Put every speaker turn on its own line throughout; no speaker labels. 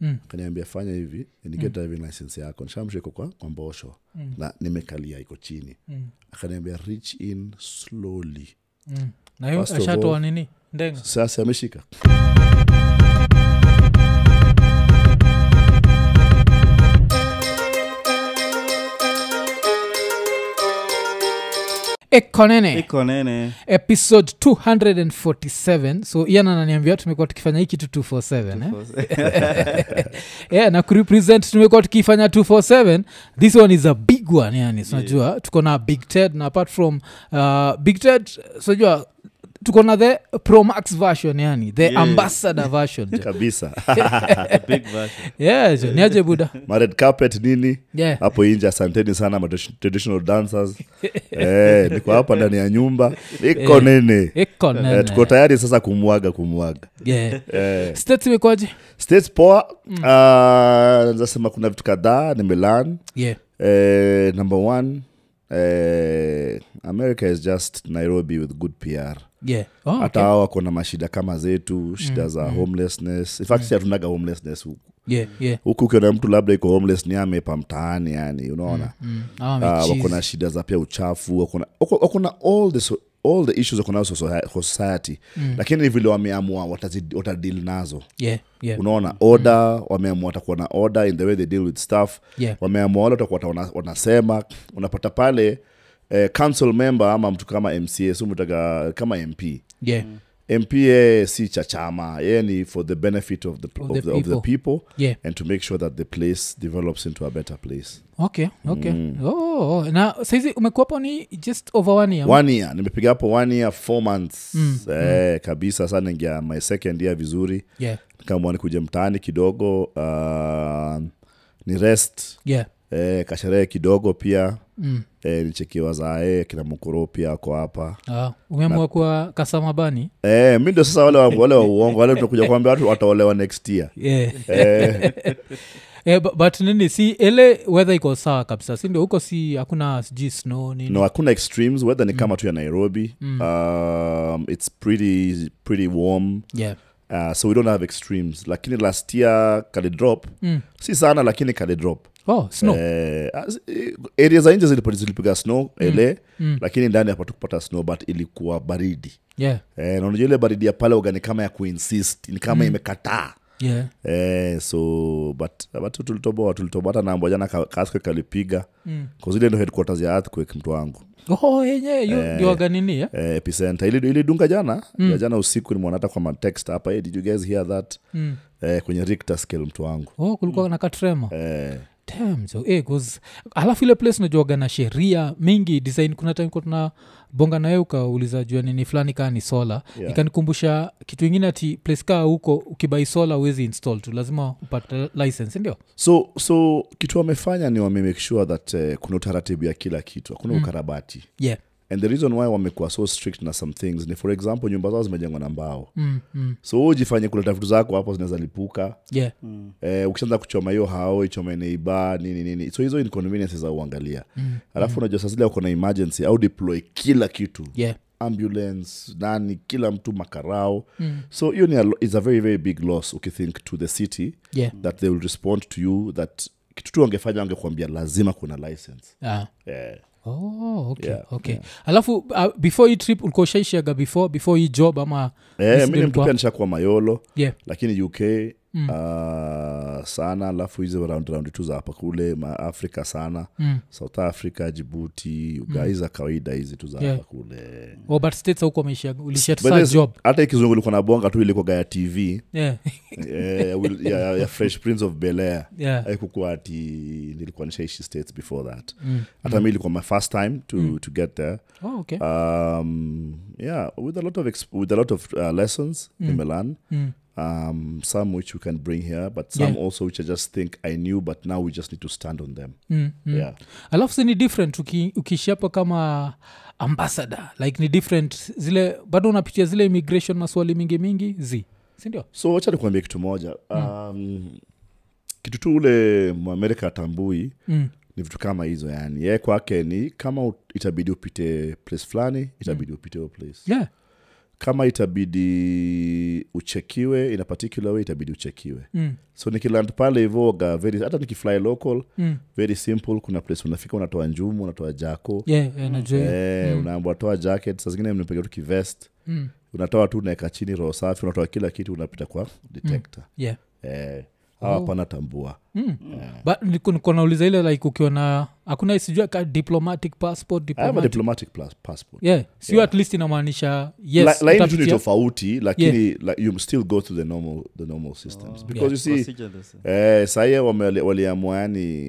Mm.
akaniambia fanya hivi nige driving license yako nishamsha iko kwa, kwa mbosho
Mm.
na nimekalia iko chini
Mm.
akaniambia reach in slowly
Mm. na hiyo
First of
ashatoa
all-
nini ndenga
sasa ameshika
ekonene
iko nene
E, episode 247 so ian ananiambia tumekuwa tukifanya hii kitu 247 eh? yeah, na kurepresent tumekuwa tukifanya 247 this one is a big one yani sinajua yeah. tuko na big ted na apart from uh, big ted sinajua tuko na the promax version yani the
Yeah.
ambassador version jo.
kabisa
The big version.
yeah jo, ni aje buda
Mared carpet nini
yeah
hapo inje asanteni sana ma traditional dancers eh, niko hapa ndani ya nyumba iko
Eh.
nene
Iko nene.
eh, tuko tayari sasa kumwaga kumwaga
yeah.
eh,
states imekuwaje
states poa
Mm.
nazasema kuna vitu kadhaa nimelan
yeah
eh, number one eh, america is just nairobi with good pr
yeah oh,
hata
okay.
hao wako na mashida kama zetu shida za
Mm.
homelessness in fact si hatunaga homelessness huku
yeah yeah
huku ukiona mtu labda iko homeless ni amepa mtaani yani unaona
mm. ah,
Ah, wako
wamecheese.
na shida za pia uchafu wako na- wako- wako na all the so- all the issues wako nazo soci- society lakini ni vile wameamua watazi- watadil nazo
Mm. yeah Mm. yeah
unaona order wameamua watakuwa na order in the way they deal with stuff
Yeah.
wameamua wale watakuwa wana- wanasema unapata pale eh, council member ama mtu kama mca sumtaka kama mp
yeah
mpa si cha chama yeye ni for the benefit of the,
Of
of
the
the, of the
people.
people
yeah
and to make sure that the place develops into a better place
okay okay
Mm.
oh, oh. na saizi umekuwapo ni just over one year
one year nimepiga hapo one year four months
Mm,
eh, kabisa sa ningia my second year vizuri
yeah
kama nikuja mtaani kidogo uh, ni rest
yeah
eh, kasherehe kidogo pia
mm.
eh, nichekiwa zae kina mkoro pia ako hapa
ah, umeamua kuwa kasamabani
eh, mi ndio sasa wale wa, wale wa uongo wale tunakuja kuambia watu wataolewa next year
yeah.
eh,
eh, bu- but nini si ele wedha iko sawa kabisa sindio huko si hakuna sijui snow nini
no hakuna extremes weather ni kama tu ya nairobi
Mm.
um, it's pretty, pretty warm
yeah
uh, so we don't have extremes lakini last year kalidrop
mm.
si sana lakini kalidrop
oh snow
Eh, as- eh, area za nje zilipo- zilipiga snow ele
Mm.
lakini ndani hapatu kupata snow but ilikuwa baridi
yeah
Eh, na unajua ile baridi ya pale uga ni kama ya kuinsist ni
Mm.
kama imekataa
yeah
Eh, so but but tulitoboa tulitoboa hata nambo jana ka- kaske kalipiga
mm.
kuzile ndo headquarters ya earthquake mtu wangu
oh yenye
Eh.
diwaganini yeah?
eh, epicenter Ili- ilidunga jana ya jana usiku nimeona hata kwa matext hapa hey, did you guys hear that
mm.
eh, kwenye richter scale mtu wangu
oh kulikuwa na katrema
eh,
Damn, eh, 'cause- alafu ile place unajuaga na sheria mingi design kuna time kuwa tuna bonga nawe ukauliza jua nini fulani kaa ni sola
Yeah.
ikanikumbusha kitu ingine ati place kaa huko ukibai sola uwezi install tu lazima upate license ndio
so so kitu wamefanya ni wamemake sure that eh, kuna utaratibu ya kila kitu hakuna mm. ukarabati
yeah
and the reason why wamekuwa so strict na some things ni for example nyumba zao zimejengwa na mbao
mm, mm,
so wewe ujifanye kuleta vitu zako hapo zinaweza lipuka
yeah
eh, ukishaanza kuchoma hiyo hao ichome neiba nini nini so hizo inconveniences za uangalia mm. alafu unajua saa zile wako na emergency au deploy kila kitu
yeah
ambulance nani kila mtu makarao mm. so hiyo ni a, lo- is a very very big loss ukithink to the city
yeah
that they will respond to you that kitu tu wangefanya wangekuambia lazima kuna license
ah.
yeah.
Oh, okay,
Yeah,
okay. alafu uh, before hii trip ulikuwa ushaishiaga before before hii job ama
eh,
incident
mi ni mtu
kwa-
pia nishakuwa mayolo
yeah
lakini uk mm. uh, sana alafu hizi round round tu za hapa kule maafrika sana
Mm.
south africa jibuti ugaiza za kawaida hizi tu za hapa
Yeah.
kule
oh, but states hauko umeishia ulishia tu
But
saa
this-
job
hata ikizungu ilikuwa na bonga tu ilikuwa gaya tv
yeah
eh, will- ya, ya fresh prince of bel air
yeah
haikukuwa ati nilikuwa nishaishi states before that
Mm.
hata mi ilikuwa my first time to, to get there
oh, okay
Ah. um, yeah with a lot of exp- with a lot of uh, lessons in Milan
Mm.
um, some which we can bring here but some
Yeah.
also which I just think I knew but now we just need to stand on them
mm, mm.
yeah
alafu si ni different uki- ukishapo kama ambassador like ni different zile bado unapitia zile immigration maswali mingi mingi zi sindio
so wacha nikuambia kitu moja
Mm.
um, kitu tu ule mwamerika atambui
mm.
ni vitu kama hizo yani ye
Mm.
kwake ni kama ut- itabidi upite place fulani itabidi upite hiyo place
yeah.
kama itabidi uchekiwe in a particular way itabidi uchekiwe
mm,
so nikiland pale hivoga very hata nikifly local
mm.
very simple kuna place unafika unatoa njumu unatoa jako
yeah, yeah, Mm. najua hiyo.
Eh, unaambwa toa jacket saa zingine mnipiga tu kivest
Mm,
unatoa tu unaeka chini roho safi unatoa kila kitu unapita kwa detector
yeah.
eh,
Oh.
hawa hapana tambua
Mm. But niko- niko nauliza ile like ukiwa na hakuna sijua ka diplomatic passport
I have a
diplomatic.
diplomatic plas- passport
Yeah. sio at least inamaanisha yes
La- laini tu ni
utapitia-
tofauti lakini la- you still go through the normal, the normal
Oh.
systems because you see
Procedure the same.
eh, sahii wame- waliamua yani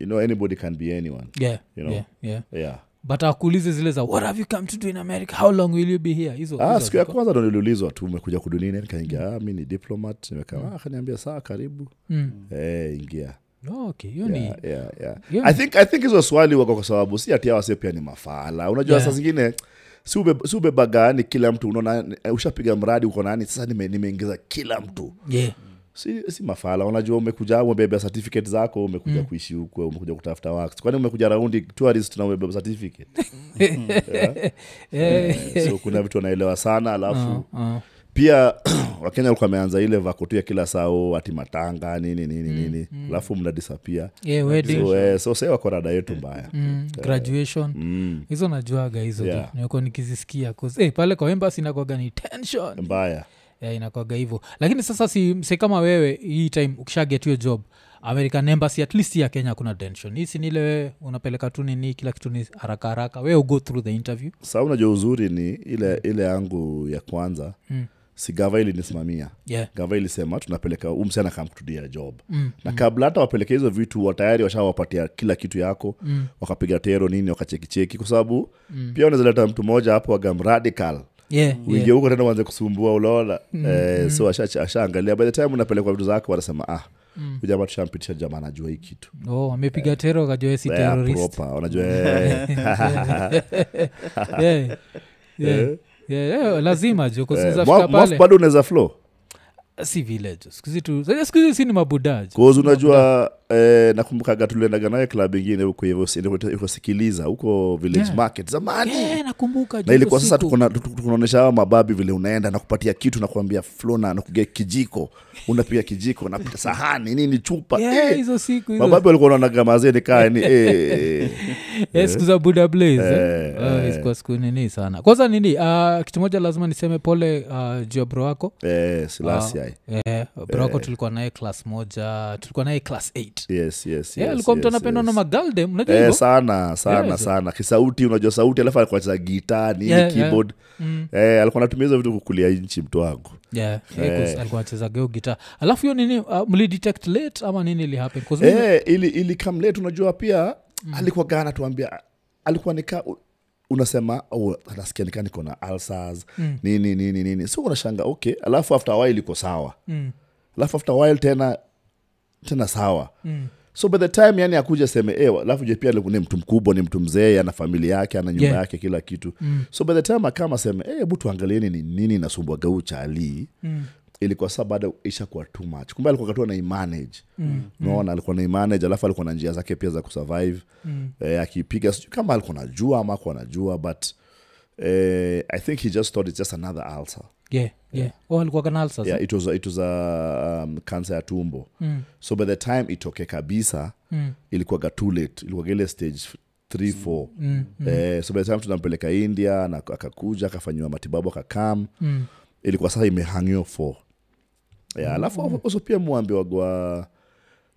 you know anybody can be anyone
yeah,
you know.
yeah, yeah.
yeah
but akuulize zile za what have you come to do in america how long will you be here hizo
ah,
hizo
siku ya
haziko.
kwanza ndo niliulizwa tu umekuja kudunia nikaingia ah, mi ni diplomat nimekaa ah, akaniambia saa karibu
Mm.
eh, ingia Ah,
No, okay hiyo ni
Yeah, yeah, yeah.
hiyo
I
ni-
think- I think hizo swali wako kwa sababu si ati awase pia ni mafala unajua
Yeah.
saa zingine si ube- si ubebagani kila mtu unaona eh, ushapiga mradi uko nani sasa nime- nimeingiza kila mtu
yeah.
si, si mafala unajua umekuja hapo, umebeba certificate zako umekuja
Mm.
kuishi huko umekuja kutafuta works kwani umekuja raundi tourist na umebeba certificate
Eh,
Eh, so kuna vitu wanaelewa sana alafu
ah.
pia wakenya walikuwa wameanza ile vakotu ya kila sao ati matanga nini nini
Mm,
nini alafu mnadisapia
Yeah, wedding
so, eh, so sai wako rada yetu mbaya
mm, graduation
Eh. mm,
hizo najuaga hizo
Yeah.
yeah. nimekuwa nikizisikia 'cause, eh, pale kwa embasi inakwaga ni tension
mbaya
yeah, inakwaga hivyo lakini sasa si, si kama wewe hii time ukishaget hiyo job american embassy at least ya kenya kuna tension hii sinile wewe unapeleka tu nini kila kitu ni haraka haraka wewe ugo through the interview
saa unajua uzuri ni ile ile yangu ya kwanza
Mm.
si gava ilinisimamia
yeah
gava ilisema tunapeleka huu msichana kamkutudia job
Mm,
na kabla hata wapeleke hizo vitu wa- tayari washawapatia kila kitu yako
Mm.
wakapiga tero nini wakachekicheki kwa sababu pia unaweza leta mtu mmoja hapo wagam radical
yeah, Mm-hmm.
uingie
yeah.
huko tena uanze kusumbua unaona eh, so asha- ashaangalia by the time unapelekwa vitu zako wanasema ah mm. jamaa tushampitisha jamaa anajua hii kitu
Oh, amepiga tero akajua yeye si
Eh,
terrorist
proper, unajua eh,
yeah. Yeah. Yeah, yeah, lazima jo
eh,
kusiza
Mo-
fika
Mof
pale
bado unaweza flow
si village skuzi tu skuzi si ni mabuda jo.
Cause unajua eh, nakumbukaga tuliendaga naye klabu ingine huko hivyo si- ilikuwa- ilikuwa sikiliza huko village
Yeah.
market zamani
Eh, nakumbuka
na
jo,
ilikuwa
hiyo
sasa
siku.
tukona- tu- tu- tunaonyesha hawa mababi vile unaenda nakupatia kitu nakuambia flo na nakugia kijiko unapiga kijiko napita sahani nini chupa
Yeah,
eh,
hizo siku hizo
mababi walikuwa naonaga mazeni kaa ni eh,
Eh, siku za buda
Eh, eh.
blazekua Ah, siku nini sana kwanza nini ah, kitu moja lazima niseme pole uh, juu ya bro wako
eh, silasi
Ah,
ai.
eh, bro wako tulikuwa naye class moja tulikuwa naye class 8
yes, yes,
Eh,
yes,
alikuwa mtu
yes,
anapendwa na
yes.
magaldem unajua
Eh,
hivo
sana sana
Yeah, so-
sana kisauti unajua sauti alafu alikuwa anacheza gitaa nini
Yeah, yeah.
keyboard
Mm.
Eh, alikuwa anatumia hizo vitu kukulia nchi mtu wangu
Yeah, eh, 'cause alikuwa anacheza geo gita alafu hiyo nini uh, mlidetect late ama nini ilihappen 'Cause mimi-
Eh, ili ili come late unajua pia
Mm.
alikuwa gana tuambia alikuwa nika u- unasema oh, nasikia nika niko na ulcers
Mm.
nini nini nini so unashanga okay alafu after a while iko sawa
Mm.
alafu after a while tena tena sawa
Mm.
so by the time yani akuja seme eh, alafu je pia alikuwa ni mtu mkubwa ni mtu mzee ana familia yake ana nyumba
Yeah.
yake kila kitu mm. so by the time akama aseme eh, hebu tuangalieni ni nini inasumbwaga huu chalii mm ilikuwa saa baada ishakuwa too much kumbe alikuwa katua naimanage mm. naona alikuwa naimanage alafu alikuwa na njia zake pia za kusurvive mm. eh, akipiga sijui kama alikuwa najua ama akuwa najua but eh, i think he just thought it's just another ulcer
yeah, yeah. Oh, alikuwa kanal sasa
yeah, it was, it was a, um, cancer ya tumbo
Mm.
so by the time itoke kabisa
Mm.
ilikuwaga too late ilikuwaga ile stage 3 4 mm. eh, so by the time tunampeleka india na akakuja akafanyiwa matibabu akakam
Mm.
ilikuwa sasa imehangiwa 4 yeah, alafu also pia mwambiwagwa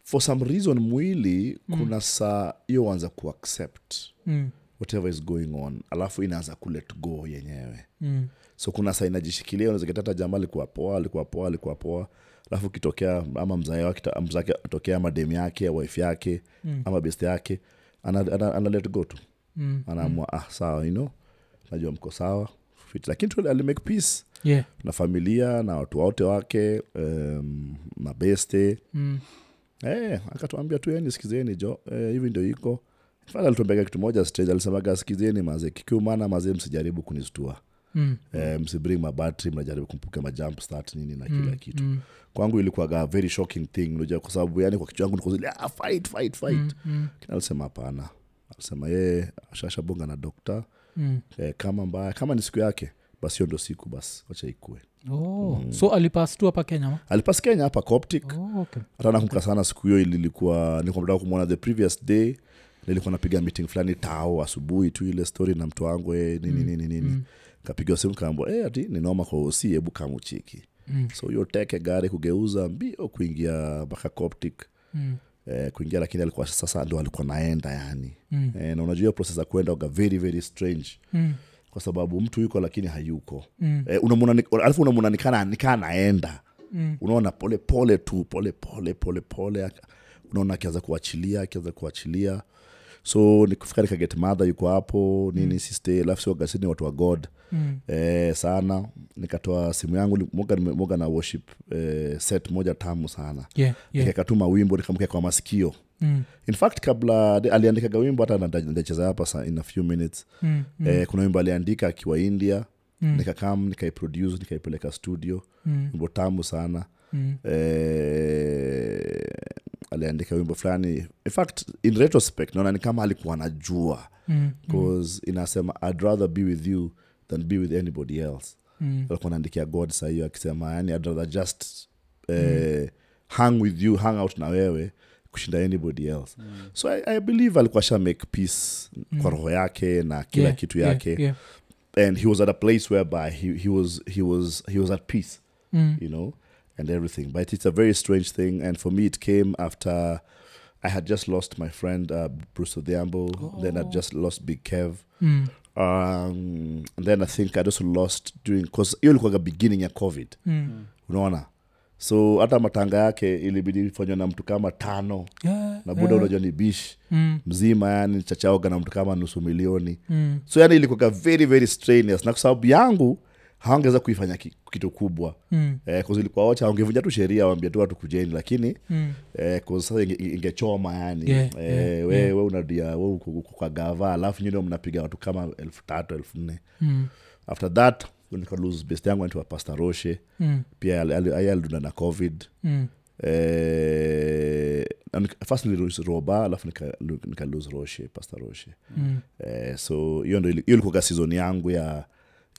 for some reason mwili kuna saa hiyo huanza kuaccept
Mm.
whatever is going on alafu inaanza kulet go yenyewe
Mm.
so kuna saa inajishikilia unazikatata jamaa alikuwa poa alikuwa poa alikuwa poa alafu kitokea ama mzae wake mzake atokea ama dem yake wife yake mm. ama best yake ana, ana, ana let go tu
Mm.
anaamua ah sawa you know najua mko sawa fit lakini tu alimake peace
yeah
na familia na watu wote wake um, mabeste
Mm.
eh, akatuambia tu yani sikizeni jo eh, hivi ndio iko fala alituambega kitu moja stage alisemaga sikizeni maze kikiumana maze msijaribu kunistua
Mm.
eh, msibring mabatri mnajaribu kumpuka majump start nini na kila kitu
Mm.
kwangu ilikuwaga very shocking thing unajua kwa sababu yani kwa kichwa yangu nikozile ah, fight fight fight mm.
Mm.
alisema hapana "Eh, alisema yeye ashashabonga na dokta
Mm.
eh, kama mbaya kama ni siku yake basi hiyo ndo siku basi wacha ikue
oh. mm. so alipas tu hapa kenya ma?
alipas kenya hapa coptic
oh, okay.
hata nakumbuka sana siku hiyo ilikuwa nikamtaka kumwona the previous day nilikuwa napiga meeting fulani tao asubuhi tu ile story na mtu wangu eh, nini nini nini mm. kapigwa simu kaambwa eh, ati ninaoma kwa osi hebu kamuchiki
Mm.
so hiyo teke gari kugeuza mbio kuingia mpaka coptic
Mm.
eh, kuingia lakini alikuwa sasa ndo alikuwa naenda yani
Mm.
eh, na unajua hiyo proses ya kuenda uga very very strange
Mm.
kwa sababu mtu yuko lakini hayuko
Mm.
eh, unamwona ni- alafu unamwona nikaa nikaa naenda
Mm.
unaona pole pole tu pole pole pole pole ak- unaona akianza kuachilia akianza kuachilia so nikufika nikaget madha yuko hapo nini mm. siste lafsiogasini ni watu wa god
Mm.
eh, sana nikatoa simu yangu ni- moga nime- moga na worship eh, set moja tamu sana
Yeah, yeah.
nikakatuma wimbo nikamkeka kwa masikio
Mm.
in fact kabla aliandikaga wimbo hata nda- ndacheza hapa sa- in a few minutes
Mm.
mm. eh, kuna wimbo aliandika akiwa india
Mm.
mm. nikakam nikaiproduce nikaipeleka studio
Mm.
wimbo tamu sana
Mm.
eh, aliandika wimbo fulani in fact in retrospect naona ni kama alikuwa anajua
Mm.
bcause mm. inasema i'd rather be with you than be with anybody else
Mm.
alikuwa anaandikia god saa hiyo akisema yani i'd rather just eh,
Mm.
hang with you hang out na wewe kushinda anybody else mm. so I, i believe alikuwa sha make peace mm. kwa roho yake na kila
Yeah,
kitu
yeah,
yake
yeah.
and he was at a place whereby he, he was he was he was at peace
Mm.
you know, and everything. But it's a very strange thing. And for me, it came after I had just lost my friend uh, Bruce Odhiambo. Then I
Oh.
just lost Big Kev.
Mm.
Um, and then I think I just lost during because hiyo ilikuwa beginning ya COVID,
Mm.
unaona. So hata matanga yake ilibidi fanywa na mtu kama tano
Yeah,
na buda,
yeah.
unajua ni bish
Mm.
mzima, yani chachaoga na mtu kama nusu milioni
Mm.
so yani ilikuwa very very strenuous, na kwa sababu yangu hawangeweza kuifanya ki- kitu kubwa
Mm.
eh, 'cause ilikuwa wacha wangevunja tu sheria waambia tu watu kujeni lakini
Mm.
eh, 'cause sasa inge- ingechoma yani
Yeah,
eh,
yeah,
we,
yeah.
we unadia we uko- uko kwa gava alafu nyino mnapiga watu kama elfu tatu elfu nne
Mm.
after that nika lose best yangu anaitwa Pastor Roshe
Mm.
pia ali- ali- yeye alidunda na covid
Mm.
eh, na nika- first nililose roba alafu nika, nika lose roshe Pastor Roshe
Mm.
eh, so hiyo ndo ili- hiyo ilikuwa season yangu ya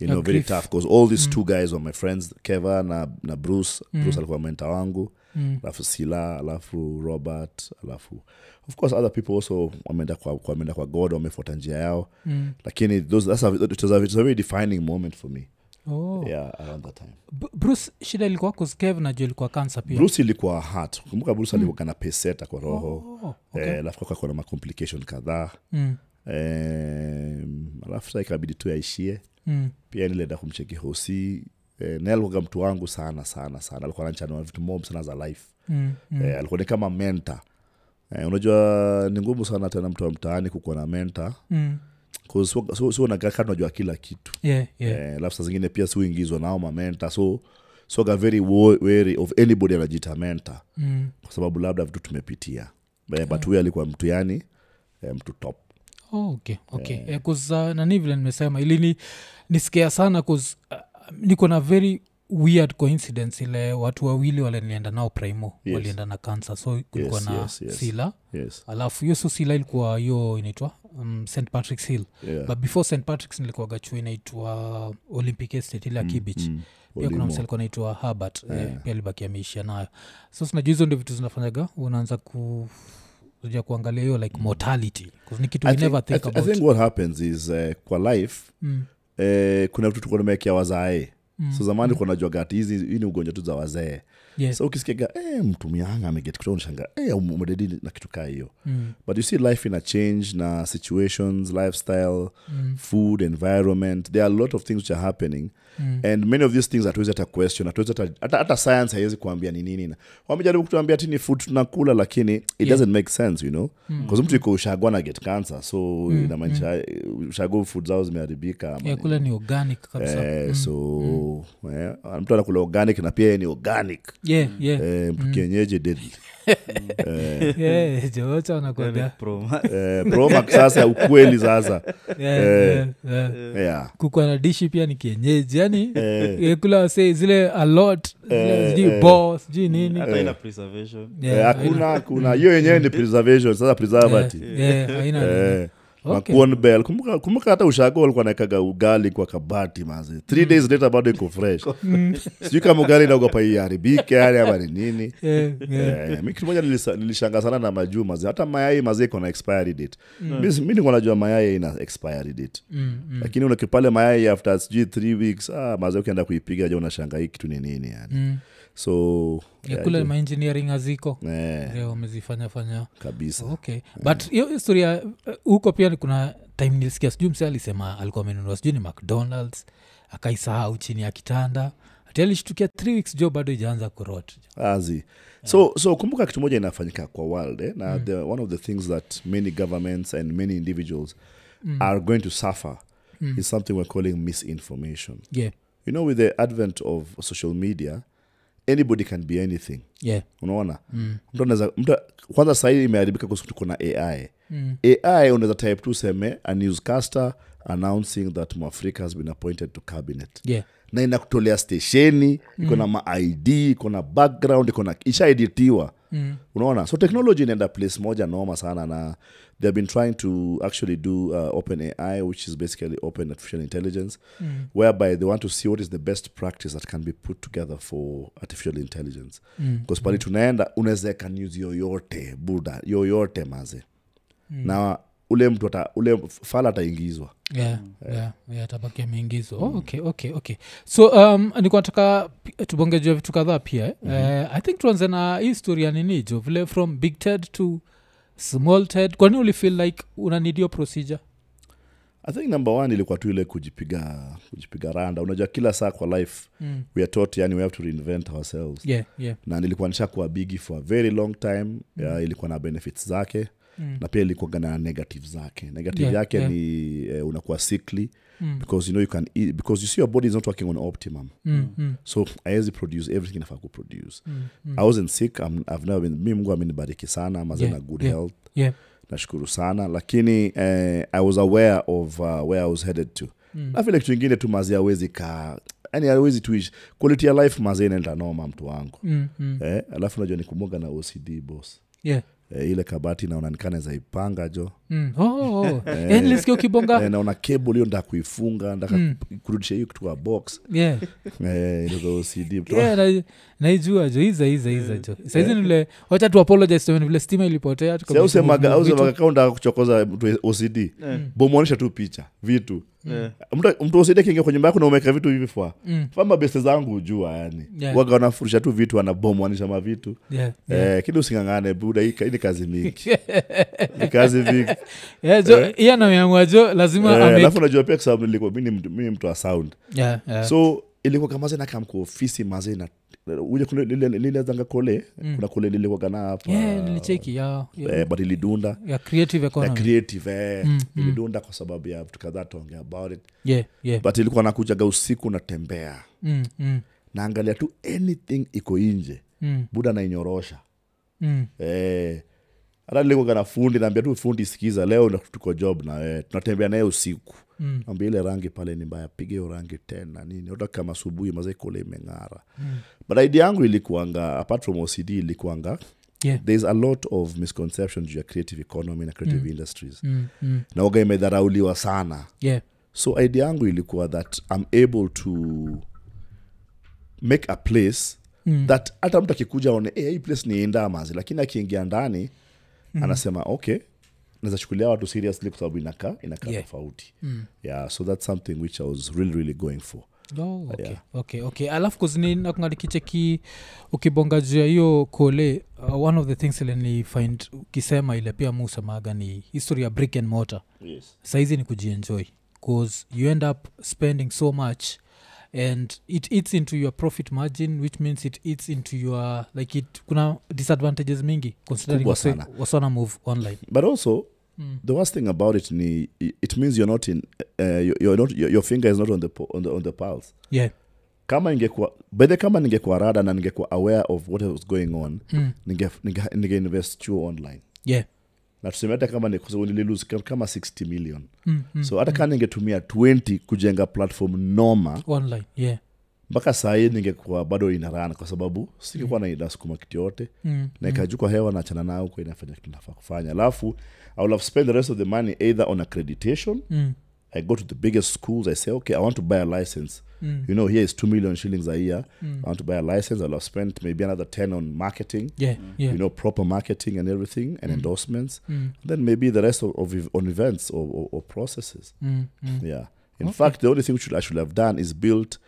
you
Ya
know, very
grief.
tough because all these two guys were my friends keva na, na bruce
Mm.
bruce alikuwa menta wangu
Mm.
alafu sila alafu robert alafu of course other people also wameenda kwa, kwa, wameenda kwa god wamefuata njia yao
Mm.
lakini those, that's a, it was a, it was a very defining moment for me
Oh.
yeah, around that time
Bru- bruce shida ilikuwa kuskev najua ilikuwa kansa pia
bruce ilikuwa hat kumbuka bruce alikuwa na peseta kwa roho
Hmm. oh,
okay.
okay.
eh, alafu kakona macomplication kadhaa
mm,
eh, alafu sa ikabidi tu aishie
mm,
pia nilienda kumcheki hosi eh, naye alikuwaga mtu wangu sana sana sana alikuwa nanchanua vitu mob sana za life
mm, mm,
eh, alikuwa ni kama menta eh, unajua ni ngumu sana tena mtu wa mtaani kukuwa na menta
mm.
sunakaa unajua kila kitu
Yeah, yeah.
Eh, alafu saa zingine pia siuingizwa nao mamenta so soga very wo- wary of anybody anajiita menta
Mm.
kwa sababu labda vitu tumepitia eh, but huyu alikuwa mtu yani eh, mtu top
Oh, okay, okay. Eh, 'cause, uh, nani vile nimesema ili ni, nisikia sana 'cause, uh, niko na very weird coincidence ile watu wawili wale nilienda nao primo
Yes.
walienda na kansa so kulikuwa
Yes,
na
yes, yes.
sila
yes
alafu hiyo so sila ilikuwa hiyo inaitwa um, st patrick's hill
yeah.
but before st patrick's nilikuwaga chuo inaitwa olympic estate ile ya kibich
mm.
pia kuna
Olimo.
msi alikuwa naitwa habert eh, pia libaki ameishia nayo so sinajua hizo ndio vitu zinafanyaga unaanza ku ja kuangalia hiyo like mortality 'Cause ni kitu
Mm. I
we
think-
never
I
think
thi- I
about
think what happens is eh, kwa life
Mm,
eh, kuna vitu tukuwa tumeekea wazae
Mm.
so zamani mm. kunajuaga ati hizi hii ni ugonjwa tu za wazee
yes,
so ukisikiaga eh, mtu mianga amegeti kutoka unashanga eh, umededi na kitu kaa hiyo
mm,
but you see life ina change na situations lifestyle
mm,
food environment there are a lot of things which are happening
mm,
and many of these things hatuwezi hata question hatuwezi hata- hata hata science haiwezi kuambia ni nini na wamejaribu kutuambia tini food tunakula lakini it
Yeah. Mm.
doesn't make sense you know bcause mtu iko ushagwa na get cancer so inamaanisha eh, ushago food zao zimeharibika ama
Yeah,
ni-
kule ni organic kabisa Mm.
eh, so eh, mtu anakula organic na pia yeye ni organic
yeah, yeah,
eh, mtu kienyeji did
yeah, Jocha anakwambia,
eh, promax sasa ya ukweli sasa
yeah, yeah, yeah.
Eh. yeah.
kukuwa na dishi pia ni kienyeji yani eh, kula wase zile alot zile sijui bo sijui nini Hmm.
hata ina preservation
Mm.
Yeah,
eh, hakuna hakuna hiyo yenyewe ni preservation sasa
haina-
preservative
yeah, yeah, haina nini.
eh,
Okay.
makuon bell kumbuka kumbuka hata ushago walikuwa naekaga ugali kwa kabati mazi three days later bado iko fresh
Mm,
sijui kama ugali naogopa iharibike yani ama ni nini
Eh, eh.
Eh, mi kitu moja nilisa- nilishanga sana na majuu mazi hata mayai mazi iko na expiry date mi si- mi nilikuwa najua mayai ina expiry date
Mm, mm,
lakini unakipale mayai after sijui three weeks ah, mazi ukienda kuipiga ja unashanga hii kitu ni nini yani
mm.
so
Ya
yeah,
kule
hiyo-
maengineering haziko
eh,
leo wamezifanya fanya
kabisa
okay but hiyo historia eh, huko pia ni kuna time nilisikia sijui mse alisema alikuwa amenunua sijui ni mcdonalds akaisahau chini ya kitanda ati alishtukia three weeks jo bado ijaanza kurot
azi so, so kumbuka kitu moja inafanyika kwa world eh? na mm. the, one of the things that many governments and many individuals mm. are going to suffer mm. is something we're calling misinformation
yeah,
you know with the advent of social media anybody can be anything
yeah.
unaona mm. mtu anaweza mtu kwanza sahii imeharibika kusu kuna ai
Mm.
ai unaweza type tu seme a newscaster announcing that mwafrika has been appointed to cabinet
yeah.
na inakutolea stesheni iko na maid iko na background iko na ishaeditiwa mm. unaona so technology inaenda place moja noma sana na they have been trying to actually do uh, open ai which is basically open artificial intelligence mm. whereby they want to see what is the best practice that can be put together for artificial intelligence because mm. pale tunaenda unaweza eka news yoyote buda yoyote maze mm. na ule mtu ata, ule fala ataingizwa
Yeah, yeah, yeah, tabakia ameingizo oh, okay, okay, okay. so um, nikuwa nataka pi- tubonge juu ya vitu kadhaa pia mm-hmm. uh, i think tuanze na hii story ya nini jo vile from big ted to small ted kwani ulifeel like unanidio procedure
i think number one ilikuwa tu ile kujipiga kujipiga randa unajua kila saa kwa life
mm.
we are taught yani we have to reinvent ourselves
yeah, yeah.
na nilikuwa nishakuwa bigi for a very long time ya, ilikuwa na benefits zake
Mm.
na pia ilikuwa na negative zake negative
Yeah,
yake
yeah.
ni eh, unakuwa sickly
Mm.
because you know you can eat, because you see your body is not working on optimum
Mm, mm,
so haiwezi produce everything inafaa kuproduce
mm, mm.
i wasn't sick I'm, I've never been, mi mungu amenibariki sana mazena
Yeah,
good
yeah.
health
yeah.
nashukuru sana lakini eh, i was aware of uh, where i was headed to
Mm.
na vile kitu ingine tu mazi awezi kaa yani awezi tuishi quality ya life mazi inaenda noma mtu wangu
Mm, mm.
eh, alafu najua nikumwaga na ocd boss
yeah.
eh, ile kabati naona nikana zaipanga jo
Mm. Oh, oh, oh. Eh, nilisikia ukibonga
eh, naona cable hiyo ndaka kuifunga ndaka
Mm.
kurudisha hiyo kitu kwa box
yeah.
eh, ile za ocd mtu
Yeah, na- naijua jo iza iza iza jo saizi nile wacha tu apologize tuseme ni vile stima ilipotea tuka-
siausemaga
vitu-
kaunda kuchokoza mtu ocd
Mm.
bomwonyesha tu picha vitu
Yeah.
Hmm.
Mtu- mtu ocd akiingia kwenye nyumba yako na umeweka vitu hivi fwa
Mm.
fama beste zangu hujua yani
Yeah.
yeah. waga wanafurusha tu vitu wanabomanisha mavitu
Yeah, yeah.
yeah. eh, kini usingangane buda hii ka- hii ni kazi mingi ni kazi mingi
Yeah, jo hiyo ameamua jo lazima
Eh,
ame-
alafu najua pia kwa sababu nilikuwa mi ni mtu- mi ni mtu wa sound
Yeah, yeah.
so ilikuwa kama zina kam kwa ofisi mazina uje kuna lile- lile zanga kole kuna kole lilikwagana hapa
Mm. Yeah, nilicheki ya, ya,
eh, but ilidunda
ya creative
ya
economy
creative
Mm,
eh, ilidunda kwa sababu ya vitu kadhaa tuongea about it
yeah, yeah.
but ilikuwa nakujaga usiku natembea
Mm, mm,
naangalia tu anything iko inje
mm,
buda nainyorosha
mm.
Eh, hata nilikuwa na fundi naambia tu fundi sikiza leo ndo tuko job na wewe tunatembea naye usiku
Mm.
ambia ile rangi pale ni mbaya piga hiyo rangi tena nini hata kama asubuhi mazee kule imeng'ara mm. but idea yangu ilikuanga apart from ocd ilikuanga
Yeah.
there is a lot of misconception juu ya creative economy na creative industries
Mm, mm.
na waga imedharauliwa sana
Yeah,
so idea yangu ilikuwa that i'm able to make a place mm. that hata mtu akikuja aone hey, hii place ni indamazi lakini akiingia ndani mm. anasema okay naweza chukulia watu seriously kwa sababu inakaa inakaa
Yeah.
yeah. tofauti mm. yeah so that's something which i was really really going for
Oh, okay,
Yeah.
okay, okay. alafu kuzini nakunga nikicheki ukibonga juu ya hiyo kole uh, one of the things ile ni find ukisema ile pia musemaga ni history ya brick and motor
yes.
saizi ni kujienjoy bcause you end up spending so much and it eats into your profit margin which means it eats into your like it kuna disadvantages mingi considering
Kubwa
wase-
sana.
wasana move online
but also
Mm.
the worst thing about it ni it means you're not in uh, you're you're not, your your finger is not on the, po- on the, on the pulse
yeah
kama ingekuwa bedhe kama ningekuwa rada na ningekuwa aware of what was going on
Mm.
ningeinvest ninge, ninge ninge chuo online
yeah
na tuseme hata kama ni- kwa sababu nililose ka- kama 60 million
mm, mm.
so hata kaa ningetumia 20 kujenga platform noma
online yeah
mpaka sahii ningekuwa bado inaran kwa sababu sikikuwa mm. nasukuma kitu yote
Mm.
naikajuu kwa hewa nachana nao huko inafanya kitu nafaa kufanya alafu i will have spent the rest of the money either on accreditation
Mm.
i go to the biggest schools i say okay i want to buy a license
Mm.
you know here is 2 million shillings a year i want to buy a license i'll have spent maybe another 10 on marketing
Yeah, yeah.
Mm. you know proper marketing and everything and endorsements
Mm.
then maybe the rest of, of ev- on events or, or, or processes
Mm. Mm.
yeah in fact the only thing should, i should have done is built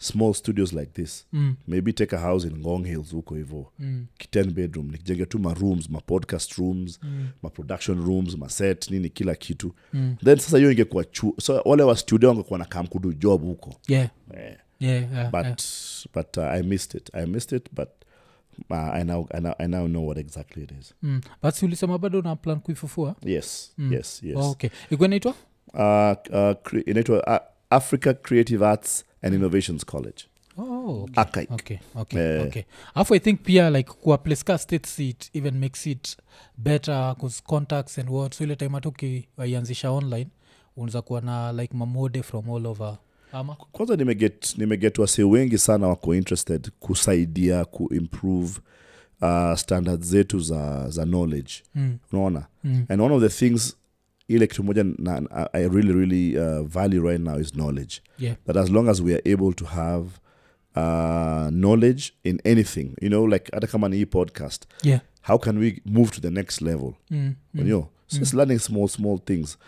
small studios like this
Mm.
maybe take a house in ngong hills huko hivo
Mm.
kiten bedroom nikijenge tu ma rooms ma podcast rooms
Mm.
ma production rooms ma set nini kila kitu
Mm.
then sasa hiyo ingekuwa chu so wale wa studio wangekuwa na kamkudu job huko
Yeah,
eh,
yeah, yeah,
but
yeah.
but uh, i missed it i missed it but uh, I, now, I, now, I now know what exactly it is
Mm. but si ulisema bado na plan kuifufua
yes yes yes
Oh, okay ilikuwa inaitwa
uh, uh, cre- inaitwa uh, africa creative arts and innovations college
oh, okay.
okay.
okay okay
Eh.
okay alafu i think pia like kuwa place ka state seat even makes it better cause contacts and what so ile time hata ukiwaianzisha online unaweza kuwa na like mamode from all over ama
kwanza nimeget nimeget wase wengi sana wako interested kusaidia kuimprove uh, standard zetu za za knowledge
mm.
unaona
Mm.
and one of the things ile kitu moja na, na- i really really uh, value right now is knowledge
yeah
that as long as we are able to have uh, knowledge in anything you know like hata kama ni hii podcast
yeah
how can we move to the next level
mm.
you
Mm.
know so it's learning small small things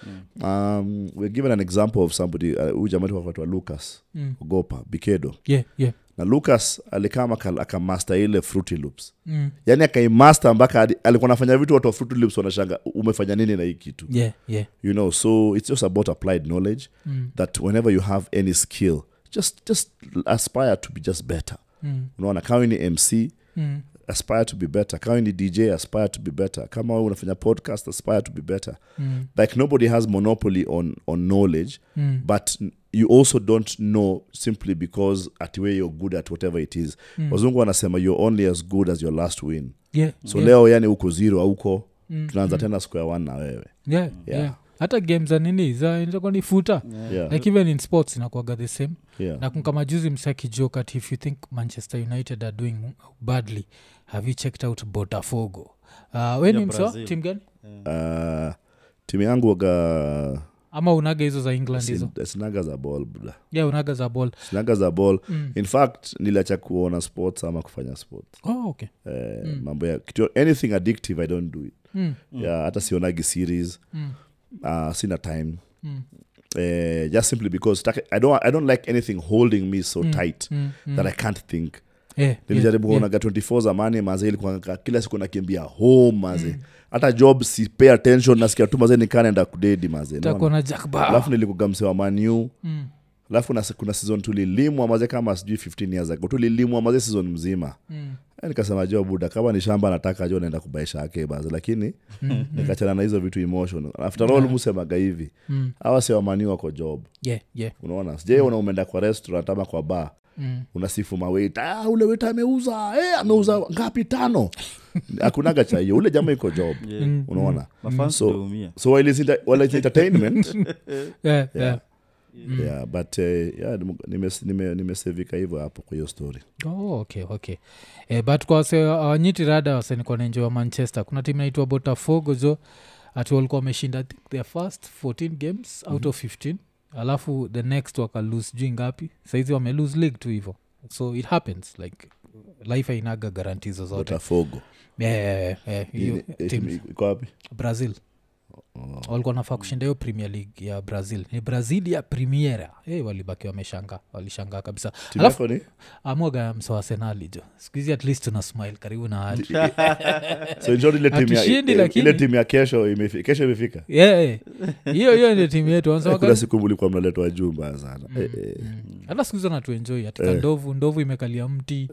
um, we're given an example of somebody uh, huyu jamaa alikuwa anaitwa lucas
Mm.
ogopa bikedo
yeah yeah
na lucas alikama akamasta ile fruity loops
mm.
yaani akaimaster mpaka hadi- alikuwa anafanya vitu watu wa fruity loops wanashanga umefanya nini na hii kitu
yeah yeah
you know so it's just about applied knowledge
mm.
that whenever you have any skill just just aspire to be just better
Mm.
unaona kama we ni mc
Mm.
aspire to be better kama we ni dj aspire to be better kama we unafanya podcast aspire to be better
Mm.
like nobody has monopoly on on knowledge
Mm.
but n- you also don't know simply because at where you're good at whatever it is
Mm.
wazungu wanasema you're only as good as your last win
yeah
so
yeah.
leo yani uko zero auko
Mm.
tunaanza tena square one na wewe
yeah
Yeah.
yeah hata game za nini za itakuwa ni futa
yeah.
like even in sports inakuaga the same
yeah.
na kama juzi msakijoke at if you think manchester united are doing badly have you checked out botafogo uh, weni
Ya
msa
Brazil.
tim gani
Uh, timu yangu waga
ama unaga hizo za england hizo
sin- sinaga za ball bda
yeah unaga za ball
sinaga za ball
mm.
in fact niliacha kuona sports ama kufanya sport
oh, okay
eh,
Mm.
mambo ya kitu anything addictive i don't do it
mm.
yeah, hata sionagi series
Mm.
uh, sina time
Mm.
eh, just simply because taka- I don't, i don't like anything holding me so
Mm.
tight
Mm. Mm.
that i can't think
Eh,
nilijaribu
yeah,
kuonaga 24 zamani maze ilikuanga kila siku nakimbia home maze
Mm.
hata job si pay attention nasikia tu maze nikanenda kudedi maze
yeah.
unaona?
Utakuwa na Jack Bauer.
alafu nilikuga mse wa maniu
Ah. Mm.
alafu kuna, kuna season tulilimwa maze kama sijui 15 years ago tulilimwa maze season mzima
Mm.
Eh, nikasema jo buda kama ni shamba nataka jo naenda kubaisha ake basi lakini
Mm,
nikachana na hizo vitu emotion after all musemaga hivi
Mm.
hawa siwamani wako job
Yeah, yeah.
unaona sijaiona umeenda kwa restaurant ama kwa bar
Mm.
unasifu maweta ah, ule weta ameuza eh, ameuza ngapi tano hakunaga cha hiyo ule jamaa iko job
Yeah.
Mm.
unaona
Mafans
So-
waliumia.
so while it's enter- while it's entertainment
Yeah, yeah.
Yeah.
Mm.
yeah, but eh, yeah, nimu- nimes- nime- nimesevika hivyo hapo kwa hiyo story
Oh, okay, okay. Eh, but kwa wase awanyiti rada wasenikuwa naenjoa manchester kuna timu naitwa botafogo jo ati walikuwa wameshinda I think their first 14 games
Mhm.
out of 15 alafu the next wakalose juu ngapi saizi wamelose league tu hivo so it happens like life ainaga garanti zozote
botafogo
Yeah, yeah, yeah, yeah. Hiyo
Ini- eh,
teams.
iko wapi
brazil
Oh.
walikuwa nafaa kushinda hiyo premier league ya brazil ni brazil ya premiera hey, walibaki wameshanga walishangaa kabisa
timu
alafu
yako ni
amwaga msoasenali jo skuhizi at least una smile karibu na hali
so njoni ile timu ya-
Hatushindi,
ile-
lakini-
ile timu ya kesho imefi- kesho imefika
Yeah, yeah. hiyo hiyo ndio timu yetu
Eh,
wanasema
kuna
kama-
siku mlikuwa mnaletwa juu mbaya sana Eh, eh.
Mm. hata siku hizo natuenjoi atika ndovu ndovu imekalia mti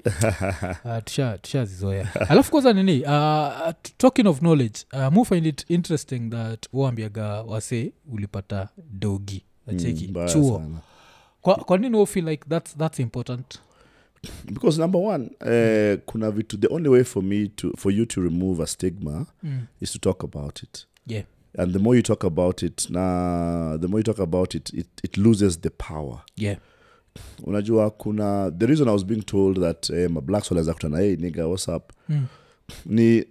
Ah, tusha- tushazizoea alafu kwanza nini uh, talking of knowledge uh, mu find it interesting that uambiaga wase ulipata dogi acheki
Mm, mbaya
chuo
sana.
kwa, kwa nini ufeel like that's, that's important
because number one eh, kuna vitu the only way for me to for you to remove a stigma
mm.
is to talk about it
yeah
and the more you talk about it na the more you talk about it it, it loses the power
yeah
unajua kuna the reason i was being told that eh, mablacks walianza kutana hey, niga what's up
Mm.
ni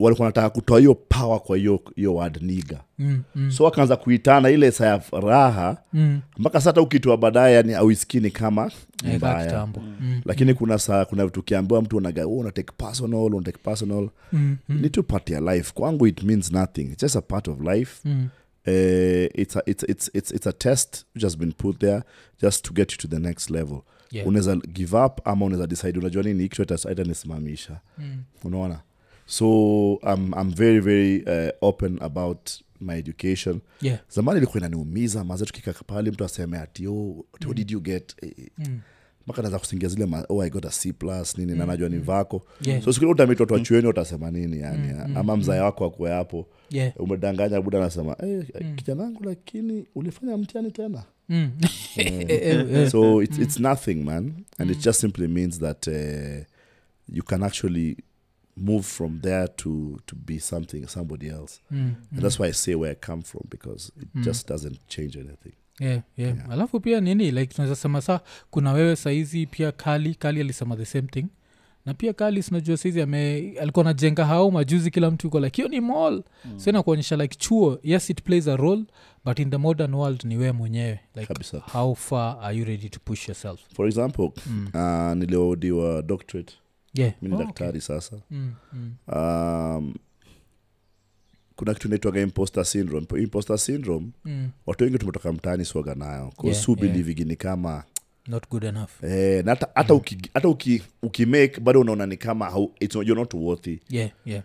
walikuwa nataka kutoa hiyo power kwa hiyo hiyo word niga
Mm, mm,
so wakaanza kuitana ile saa ya raha
mm.
mpaka sasa hata ukitoa baadaye yani auiskini kama
Eh, kaa
mbaya
kitambo. Mm,
lakini kuna saa kuna vitu ukiambiwa mtu unaga oh, unatake personal unatake personal
mm,
mm. ni tu part ya life kwangu it means nothing it's just a part of life
mm.
Eh, it's, a, it's, it's, it's, it's a test which has been put there just to get you to the next level
Yeah.
unaweza give up ama unaweza decide unajua nini hiki kitu itanisimamisha
Mm.
unaona so I'm, I'm very very uh, open about my education
Yeah.
zamani ilikuwa inaniumiza maze tukikaka pale mtu aseme ati oh, ati, what did you get Eh, eh,
Mm.
mpaka naza kusingia zile ma, oh, i got a c plus nini na najua ni vako
mm. Yeah. Mm.
so siku ile utamitwa twachueni utasema nini yani ama mzaya wako akuwe hapo
Yeah.
umedanganya buda anasema eh, kijanangu lakini ulifanya mtihani tena
Mm. Eh, eh, eh. Mm.
so it's, it's nothing man and it just simply means that uh, you can actually move from there to to be something somebody else
Mm.
and that's why i say where i come from because it
Mm.
just doesn't change anything
yeah, yeah.
Yeah.
alafu pia nini like tunaweza sema saa kuna wewe saizi pia kali kali alisema the same thing na pia kali sinajua saizi ame alikuwa anajenga hao majuzi kila mtu yuko like hiyo ni mall mm. so inakuonyesha like chuo yes it plays a role but in the modern world ni wee mwenyewe like
Kabisa.
how far are you ready to push yourself
for example uh, niliodiwa doctorate
yeah.
mi ni
Mm. Oh,
daktari sasa
mm, mm,
um, kuna kitu inaitwaga imposter syndrome imposter syndrome
mm.
watu wengi tumetoka mtaani swaga nayo
Yeah,
kusu
yeah.
ni kama
not good enough
Eh, na hata hata uki, hata uki, ukimake bado unaona ni kama hau- it's, you're not worthy
yeah, yeah.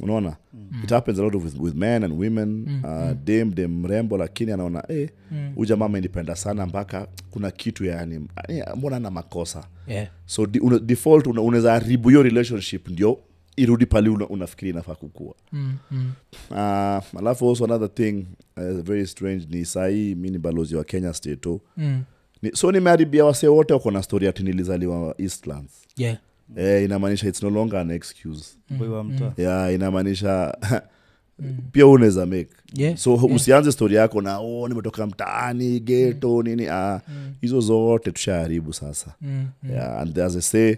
unaona mm. it happens a lot with, with men and women mm. uh, dem dem mrembo lakini anaona eh,
Mm.
huyu jamaa amenipenda sana mpaka kuna kitu yani eh, mbona ana makosa
Yeah.
so di, una, default una- unaweza haribu hiyo relationship ndio irudi pale una, unafikiri inafaa kukua
Mm, mm.
uh, alafu also another thing uh, very strange ni sahii mi ni balozi wa kenya state oh.
Mm.
ni, so nimeharibia wasee wote wako na story ati nilizaliwa eastlands
yeah
eh, inamaanisha its no longer an excuse
boiwa
hmm.
mtaa
yeah, inamaanisha pia unaweza make
Mm. Yeah,
so usianze stori yako na oh, nimetoka mtaani geto nini ah, hizo zote tushaharibu sasa
mm.
yeah, and as I say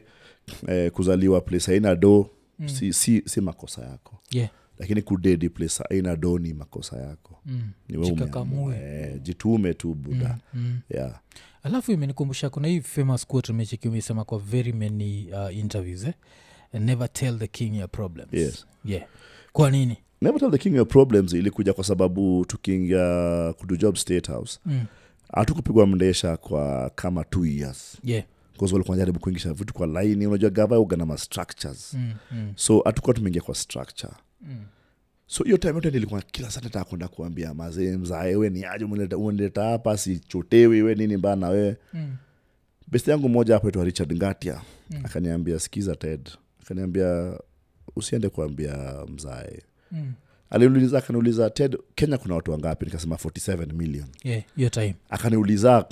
eh, kuzaliwa place haina do
Mm.
si, si, si makosa yako
yeah
lakini kudedi place haina do ni makosa yako
mm.
ni wewe umeamua.
Jikakamue.
Eh, jitume tu buda
mm.
yeah.
alafu imenikumbusha kuna hii famous quote umecheki umesema kwa very many uh, interviews eh? never tell the king your problems
Yes.
yeah. kwa nini
never tell the king your problems ilikuja kwa sababu tukiingia kudu job state house
mm.
hatukupigwa mndesha kwa kama two years
yeah.
bcause walikuwa jaribu kuingisha vitu kwa laini unajua gava uga na mastructures
mm. Mm.
so hatukuwa tumeingia kwa structure
Mm.
so hiyo time yote nilikuwa kila saa nataka kwenda kuambia mazee mzaewe ni aje umenileta- umenileta hapa sichotewi we nini mbaya na wewe
Mm.
best yangu moja hapo itwa richard ngatia akaniambia sikiza ted akaniambia usiende kuambia mzae
Mm.
aliniuliza akaniuliza ted kenya kuna watu wangapi nikasema 47 million
yeah. your time
akaniuliza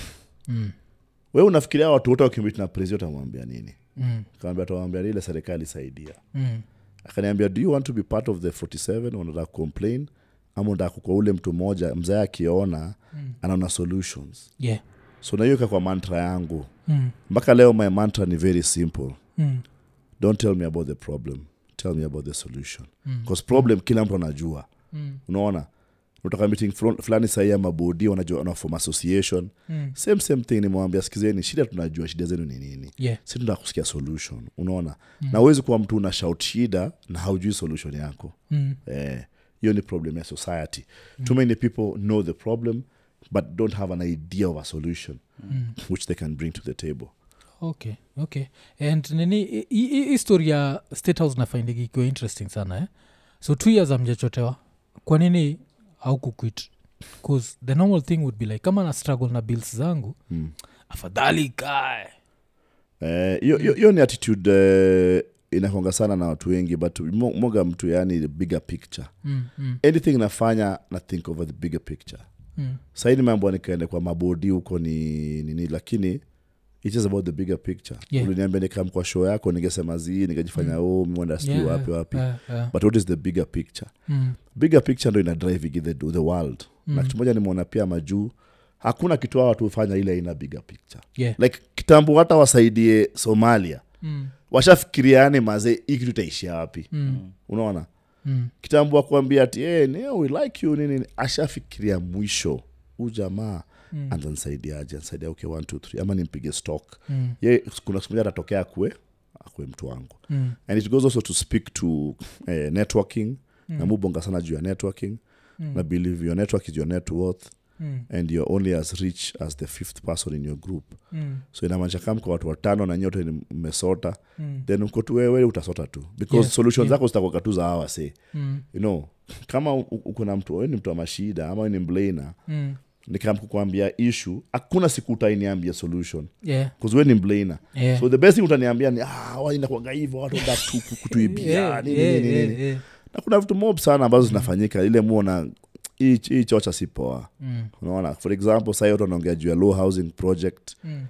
mm.
we unafikiria hawa watu wote wakimiti na prezi utamwambia nini
Mm.
kaambia tawambia ile serikali saidia
Mm.
akaniambia do you want to be part of the 47 unataka complain ama unataka kukua ule mtu mmoja mzee akiona mm. anaona solutions
yeah
so na hiyo kwa mantra yangu
mm.
mpaka leo my mantra ni very simple
Mm.
don't tell me about the problem tell me about the solution bcause problem kila mtu anajua
Mm.
unaona utaka meeting flo- fulani sahii ama bodi wanajua wanafom association
Mm.
same same thing nimewambia sikizeni shida tunajua shida zenu ni nini
yeah
si tunataka kusikia solution unaona na huwezi kuwa mtu una shout shida na haujui solution yako
mm.
Eh, hiyo ni problem ya society too many people know the problem but don't have an idea of a solution which they can bring to the table
okay okay and nini hi- hi- hi- hii story ya state house nafaindiki ikiwa interesting sana eh? so two years amjachotewa kwa nini aukuquit bcause the normal thing would be like kama na struggle na bills zangu
Mm.
afadhali kae
Eh, hiyo hiyo- hiyo ni attitude eh, inakonga sana na watu wengi but mo- moga mtu yani the bigger picture
mm, mm,
anything nafanya na think over the bigger picture
mm,
saini mambo nikaende kwa mabodi huko ni nini lakini it is about the bigger picture
Yeah.
uliniambia nikam kwa show yako ningesema zii nikajifanya mm. oh mwenda sijui
yeah, Eh,
wapi wapi
yeah, yeah.
but what is the bigger picture
Mm,
bigger picture ndo ina drive the, the world mm. na kitu moja nimeona pia majuu hakuna kitu hawa watu hufanya ile aina bigger picture
yeah.
like kitambo hata wasaidie somalia
mm.
washafikiriane mazee hii kitu itaishia wapi
Mm.
unaona
Mm.
kitambo akuambia ati hey, no, we like you nini ashafikiria mwisho huu jamaa mm. anzanisaidiaje ansaidia okay, one, two, three, ama nimpige stock
Mm.
ye kuna siku moja atatokea akue akue mtu wangu
Mm.
and it goes also to speak to eh, networking mm. namubonga sana juu ya networking mm. na believe your network is your net worth
Mm.
and you're only as rich as the fifth person in your group
Mm.
so inamaanisha kama kwa watu watano na nyote ni mmesota
Mm.
then uko tu wewe utasota tu because
Yeah,
solution zako zitakuwaka tu za hawa see
Mm.
you know kama u- u- uko na mtu wewe ni mtu wa mashida ama wewe ni mblana
Mm.
nikamkukwambia issue hakuna siku utainiambia solution
Yeah.
kuzuwe ni mblana
Yeah.
so the best thing utaniambia ni "Ah, hawa inakuwaga hivyo watu enda tu ku- kutuibia
Yeah,
nini
yeah,
nini nini
yeah, yeah.
na kuna vitu mob sana
Mm.
ambazo zinafanyika ile muona hii hii chocha si poa
Mm.
unaona for example sahii watu wanaongea juu ya low housing project
Mm.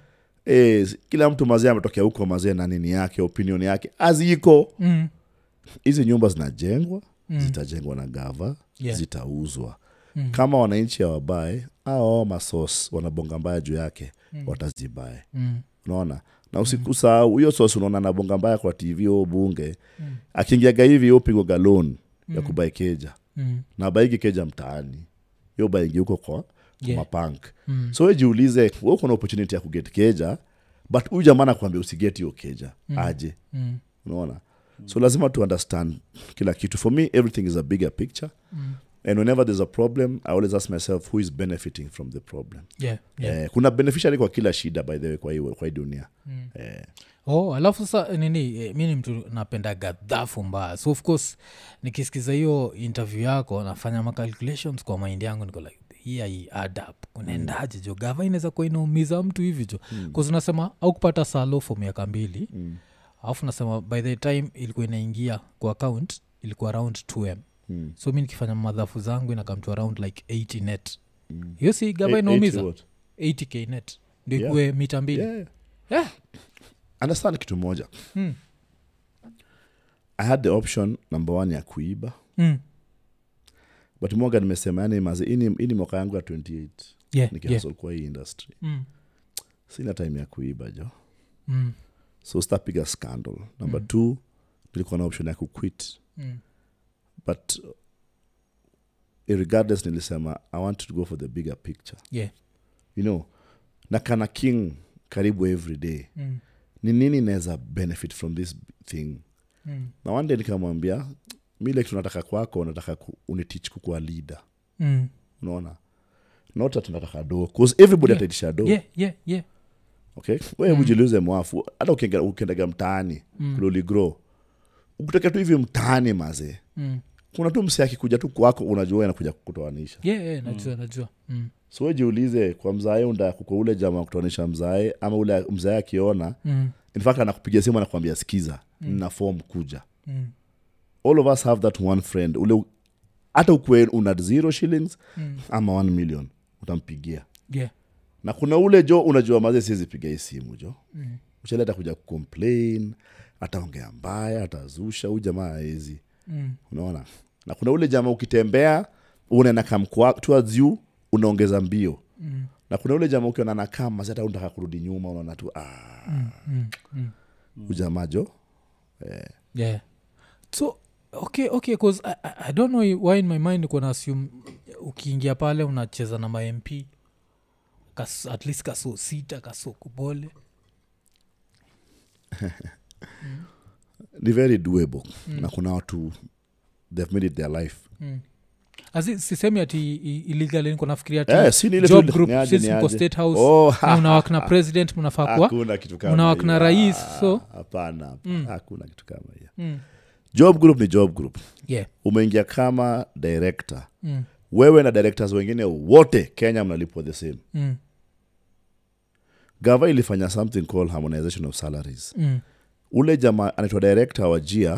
e, kila mtu mazee ametokea huko mazee na nini yake opinion yake aziko
Mm.
hizi nyumba zinajengwa
Mm.
zitajengwa na gava
Yeah.
zitauzwa
Mm.
kama wananchi hawabae au masos wanabonga mbaya juu yake watazibae
Mm.
unaona na usikusahau huyo sos unaona anabonga mbaya kwa tv au bunge
Mm.
akiingiaga hivi yopigwaga loan ya kubai keja
Mm.
na baigi keja mtaani yo baingi huko kwa
Yeah.
yeah. mapank
Mm.
so we jiulize we uko na opportunity ya kuget keja but huyu jamaa nakwambia usiget hiyo keja mm. aje
Mm.
unaona so lazima tu understand kila kitu for me everything is a bigger picture
Mm.
and whenever there's a problem i always ask myself who is benefiting from the problem
Yeah, yeah.
eh, kuna beneficiary kwa kila shida by the way kwa hii, kwa hii dunia
Mm.
eh,
oh alafu sasa nini eh, mi ni mtu napenda gadhafu mbaya so of course nikisikiza hiyo interview yako nafanya macalculations kwa mind yangu niko like hii ai add up unaendaje jo gava inaweza kuwa inaumiza mtu hivi jo bcause unasema au kupata salo for miaka mbili
Mm.
alafu nasema by the time ilikuwa inaingia kwa account ilikuwa around 2m
mm.
so mi nikifanya madhafu zangu inakamtu around like 80 net
Mm.
hiyo si gava
Eh, eighty
inaumiza
what?
80k net ndio
Yeah.
ikuwe mita mbili
Yeah, yeah.
Yeah.
understand kitu moja
Mm.
i had the option number one ya kuiba
Mm.
but mwaga nimesema yani mazi hii ni- hii ni mwaka yangu ya 28
Yeah, yeah.
nikihasol kwa hii industry
Mm.
sina time ya kuiba jo
Mm.
so sitapiga scandal number
Hmm.
mm. two nilikuwa na option ya kuquit
Mm.
but uh, regardless nilisema i want to go for the bigger picture
Yeah.
you know na kana king karibu every day
Mm.
ni nini naweza benefit from this thing
Mm.
na one day nikamwambia mi like tunataka kwako nataka ku- unitich kukuwa leader
Mm.
unaona not that nataka do cause everybody
Yeah.
ataitisha do
Yeah, Mm. yeah, yeah.
okay wewe ujiulize mwafu hata ukienda- ukiendaga mtaani mm. kuloligro ukitokea tu hivi mtaani mazee
Mm.
kuna tu msi akikuja tu kwako unajua anakuja kutoanisha
Yeah, yeah, najua najua Mm.
so we jiulize kwa mzae unda kuko ule jamaa wa kutoanisha mzae ama ule mzae akiona
Mm.
in fact anakupigia simu anakuambia sikiza mm. na form kuja
Mm.
all of us have that one friend ule u- hata ukue una zero shillings
Mm.
ama one million utampigia
Yeah.
na kuna ule jo unajua maze siwezipiga hii simu jo
Mm.
mchele atakuja kucomplain ataongea mbaya atazusha huu jamaa aezi
Mm.
unaona na kuna ule jamaa ukitembea unaenda kamkwa towards you unaongeza mbio
Mm.
na kuna ule jamaa ukiona nakama hata unataka kurudi nyuma unaona tu ah,
Mm. Mm. Mm.
ujamaa jo
yeah so okay okay cause I, I, i don't know why in my mind kuna assume ukiingia pale unacheza na mamp kas, at least kaso sita kaso kubole
ni very doable
Mm.
na kuna watu they've made it their life
asi sisemi ati i- illegal niko nafikiria ati
Eh, si ni ile tu
job
ile-
group
niaje,
since mko
niaje.
state house
Oh,
na unawak na president mnafaa kuwa
hakuna kitu kama
Unawak na
hiyo.
rais,
Ah,
so?
hapana hakuna kitu kama hiyo
Mm.
job group ni job group
yeah
umeingia kama director
mm.
wewe na directors wengine wote kenya mnalipwa the same
Mm.
gava ilifanya something called harmonization of salaries
Mm.
ule jamaa anaitwa director wa jia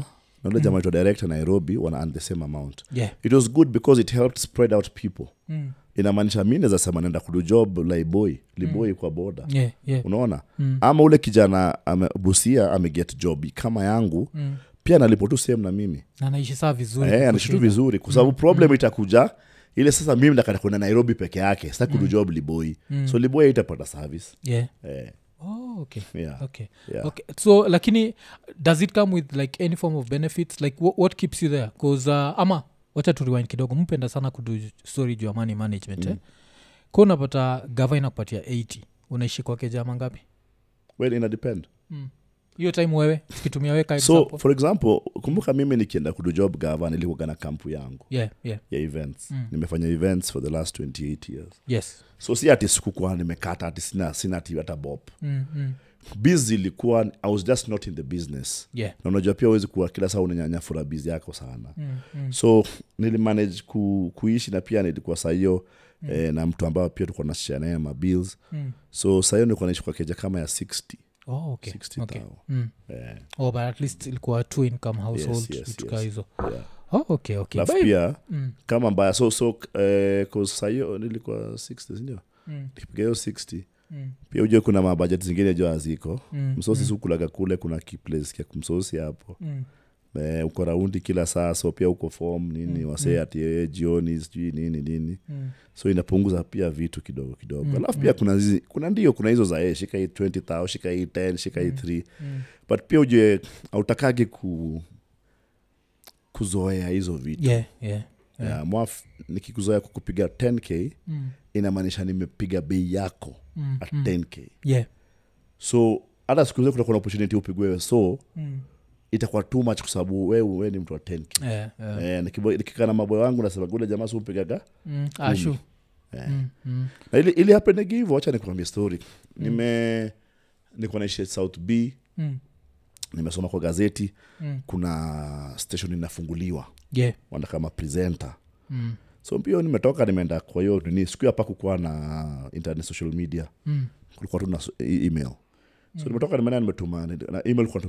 na ule jamaa anaitwa director nairobi wana earn the same amount
yeah
it was good because it helped spread out people
mm.
inamaanisha mi naweza sema naenda kudu job laiboi liboi kwa boda
Mm. yeah yeah
unaona
Mm.
ama ule kijana ame, busia ameget job kama yangu
mm.
pia nalipo tu sehemu na mimi
na anaishi saa vizuri Mm.
Eh, anashitu vizuri kwa sababu problem itakuja ile sasa mimi nataka kwenda nairobi peke yake sitaki
Mm.
kudujob liboi so liboi aitapata service
yeah.
eh,
oh, okay.
yeah.
Okay.
Yeah.
Okay. so lakini does it come with like any form of benefits like what, what keeps you there bcause uh, ama wacha turiwin kidogo mpenda sana kudu story juu ya money management mm. eh? ko unapata gava inakupatia 80 unaishi kwake jama ngapi
well ina depend
hiyo time wewe tukitumia weka
so
example.
for example kumbuka mimi nikienda kudujob gava nilikuwaga na kampu yangu
yeah, yeah.
ya events mm. nimefanya events for the last 28 years
yes
so si ati sikukwa nimekata ati sina, sina ati hata bob
mm, mm.
busy ilikuwa i was just not in the business
yeah
na unajua pia uwezi kuwa kila saa unanyanyafura bizi yako sana mm, mm. so nilimanage ku, kuishi na pia nilikuwa sahiyo mm. eh, na mtu ambayo pia tulikuwa nashia naye mabills mm. so sahiyo nilikuwa naishi kwa keja kama ya 60
oh, okay.
60
okay.
tao.
mm.
Eh,
oh, but at least ilikuwa two income
Yes,
household
yes,
vitu ka
yes.
hizo
yeah.
oh, okay, okay.
Alafu
By-
pia
Mm.
kama mbaya so so eh, 'cause sahiyo nilikuwa 60 sindio
Mm.
nikipiga hiyo 60
Mm.
pia ujue kuna mabajeti zingine jua haziko
Mm,
msosi sikulaga kule kuna kiplace kya kumsosi hapo
mm.
eh, uko raundi kila saa so pia uko form nini mm, wasee ati eh, jioni sijui nini nini
Mm.
so inapunguza pia vitu kidogo kidogo mm, alafu pia kuna zizi, kuna ndio kuna hizo za eh, shika hii 20000 shika hii 10 shika hii 3
mm.
but pia ujue autakagi ku kuzoea hizo vitu
yeah, yeah.
yeah. uh, mwaf nikikuzoea kukupiga 10k
Mm.
inamaanisha nimepiga bei yako
Mm,
at 10k
yeah.
so hata siku hizi kutakuwa na opportunity upigwe wewe so
Mm.
itakuwa too much kwa sababu wewe we ni mtu wa 10k
yeah, yeah.
Eh, nikibo- nikikaa na maboy wangu nasema gule jamaa siupigaga
Mm. Ah, sure.
Eh.
Mm, mm.
na ili, ili hapenegi hivyo wacha nikuambia story nime niko naishi south b
Mm.
nimesoma kwa gazeti
Mm.
kuna station inafunguliwa
Yeah.
wanda kama presenter
Mm.
so pia nimetoka nimeenda kwa hiyo nini siku hapa kukuwa na internet social media
Mm.
kulikuwa tu na so- e- email so nimetoka nimeenda nimetuma na email kwa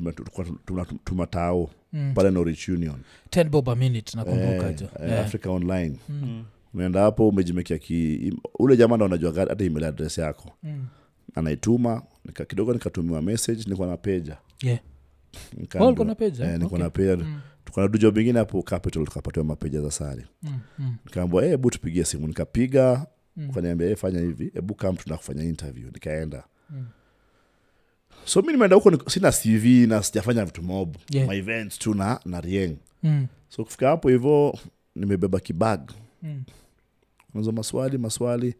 tunatuma tao
Mm.
pale norwich union
10 bob a minute nakumbuka
eh,
jo
eh,
Yeah.
africa online
Hmm.
Hmm.
unaenda hapo umejimekia ki ule jamaa ndo anajua ga- hata email address yako
Mm.
anaituma nika, kidogo nikatumiwa message nilikuwa na peja
Yeah.
Nikaambiwa-
Oh, ulikuwa na page, eh?
eh, nilikuwa
Okay.
na peja tuko na dujo bingine hapo capital tukapatiwa mapeja za sare
Mm, mm,
nikaambwa hebu tupigie simu nikapiga
Mm.
ukaniambia "Eh, fanya hivi hebu kam tuna kufanya interview nikaenda
Mm.
so mi nimeenda huko niko- sina cv na sijafanya vitu mob
Yeah.
my events tu na, na rieng
mm,
so kufika hapo hivo nimebeba kibag
mm.
nazo maswali maswali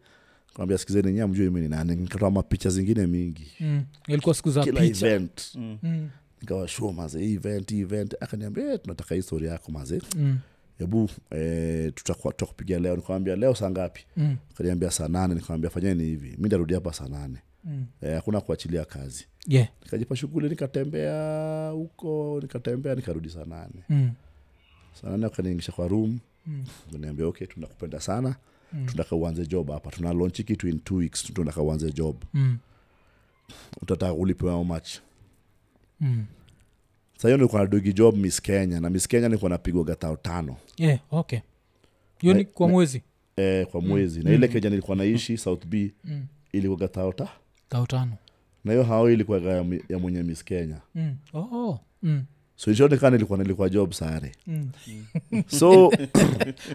kaambia sikizeni nyia mjue mi ni nani nikatoa mapicha zingine mingi
Mm. ilikuwa siku za
kila
picha
event
Mm,
nikawashua maze hii event hii event akaniambia "Eh, tunataka hii story yako maze
mm,
hebu eh, tutakuwa- tutakupigia leo nikawambia leo saa ngapi
mm,
kaniambia saa nane nikawambia fanyeni hivi mi ndarudi hapa saa nane
mm.
Eh, hakuna kuachilia kazi
Yeah.
nikajipa shughuli nikatembea huko nikatembea nikarudi saa nane
Mm,
saa nane wakaniingisha kwa room
mm,
kaniambia okay tunakupenda sana
Mm.
tunataka uanze job hapa tuna launch kitu in two weeks tunataka uanze job
mm,
utataka ulipewa how much
mm.
Saa hiyo nilikuwa nadogi job miss kenya na miss kenya nilikuwa napigwa gatao tano
Yeah, okay hiyo ni
Na-
kwa mwezi
eh, kwa mwezi na ile kenya nilikuwa naishi south b
Mm.
ilikuwa gatao ta
tautano
na hiyo hao ilikuwa ya, ya mwenye miss kenya
mm. oh. mm.
so ishonekana nilikuwa nilikuwa job sare
mm.
so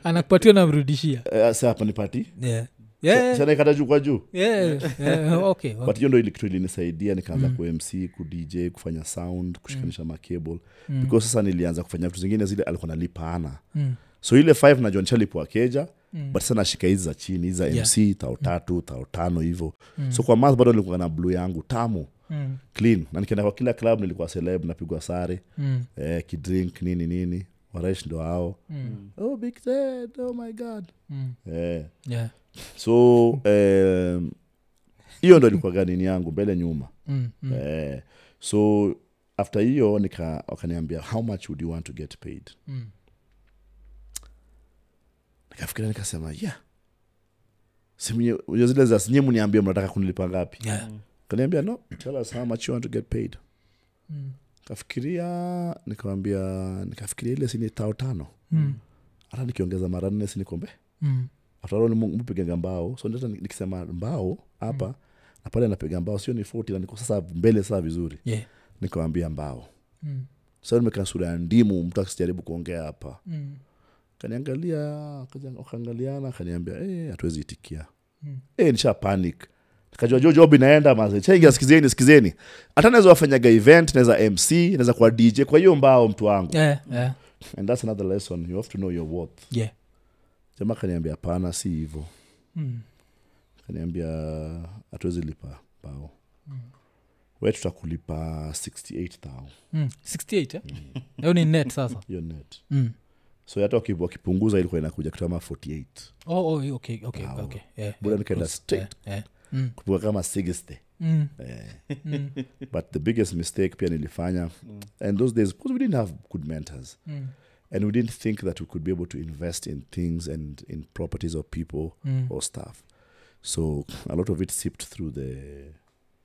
anakupatia namrudishia
eh, sa hapa nipati
yeah.
yeah.
Yeah.
sanaikata juu kwa juu
Yeah. Yeah. Okay.
but
Okay.
hiyo ndo ili- kitu ilinisaidia nikaanza mm. kumc kudj kufanya sound kushikanisha macable mm. because sasa nilianza kufanya vitu zingine zile alikuwa nalipaana
Mm.
so ile five najua nishalipwa keja
Mm.
mm. but sasa nashika hizi za chini hizi za
Yeah.
mc tao tatu tao tano hivo so kwa math bado nilikuwa na bluu yangu tamu
Mm.
clean na nikienda kwa kila club nilikuwa celeb napigwa sare
Mm.
eh, kidrink nini nini waresh ndo hao
Mm.
oh, big Ted, oh my god
Mm.
eh,
Yeah.
so em, hiyo ndo ilikuwa ganini yangu mbele nyuma
Mm. Mm.
eh, so after hiyo nika wakaniambia how much would you want to get paid
Mm.
nikafikiria nikasema yeah Simnye- unajua zile za sinye mniambie mnataka kunilipa ngapi
Yeah.
kaniambia no tell us how much you want to get paid
Mm.
kafikiria nikawambia nikafikiria ile sini tao tano
Mm.
hata nikiongeza mara nne sinikombe
Mm.
aftarmpigaga mbao so hata nikisema mbao hapa
Mm.
na pale napiga mbao sio ni 40 na niko sasa mbele saa vizuri
Yeah.
nikawambia mbao
Mm.
sa nimekaa sura ya ndimu mtu akisijaribu kuongea hapa
Mm.
kaniangalia kaja- wakaangaliana kaniambia "Eh, hatuwezi itikia
Hmm.
Eh, nisha panic nikajua jo job inaenda maze chaingia sikizeni sikizeni hata naweza wafanyaga event naweza mc naweza kuwa dj kwa hiyo mbao mtu wangu
Yeah, yeah,
and that's another lesson you have to know your worth
yeah.
jamaa kaniambia hapana si hivyo
Mm,
kaniambia hatuwezi lipa bao
Hmm.
we tutakulipa 68000
mm. 68 eh? Leo ni net sasa
hiyo net
mm.
so hata waki- wakipunguza ilikuwa inakuja kitu kama 48
oh, oh, okay, okay,
Wow.
okay. Yeah,
Bora
yeah,
nikaenda
close.
straight.
Yeah, yeah. Mm,
kutoka kama 60
mm,
but the biggest mistake pia nilifanya and those days because we didn't have good mentors
mm,
and we didn't think that we could be able to invest in things and in properties or people
mm,
or stuff so a lot of it sipped through the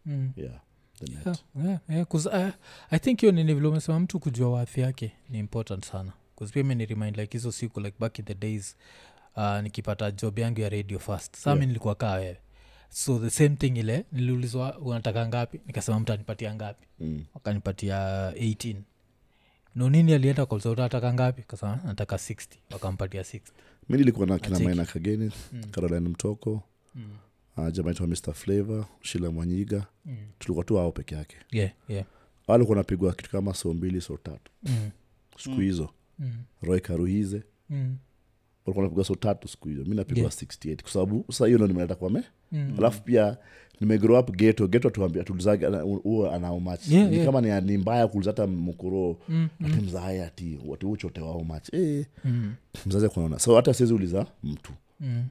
mm.
yeah the net
Yeah, yeah, yeah, 'cause, uh, i think hiyo nini vile umesema mtu kujua wathi yake ni important sana bcause pia mi remind like hizo siku like back in the days uh, nikipata job yangu ya radio fast saa mi
Yeah.
nilikuwa kaa wewe so the same thing ile niliulizwa unataka ngapi nikasema mtu anipatia ngapi
Mm.
wakanipatia 18 no nini alienda kauliza unataka ngapi kasema nataka 60 wakampatia 60
mi nilikuwa na kina
Acheki.
maina kageni
Mm.
caroline mtoko
mm.
uh, jamaitwa mr flavor shila mwanyiga
Mm.
tulikuwa tu hao peke yake
yeah, yeah.
walikuwa napigwa kitu kama so mbili so tatu
Mm.
siku hizo
Mm.
roy karuhize
Mm.
walikuwa napigwa so tatu siku hizo mi napigwa
Yeah.
68 kwa sababu sasa hiyo ndo nimeleta kwa me
Mm.
alafu pia nimegrow up geto geto tuambia tulizage huo anaomachi
Yeah,
ni
yeah.
kama ni, ni mbaya kuliza hata mkuro
Mm.
ati mzae ati watu uchotewa omachi e,
Mm.
mzazi kunaona so hata siwezi uliza mtu
Mm.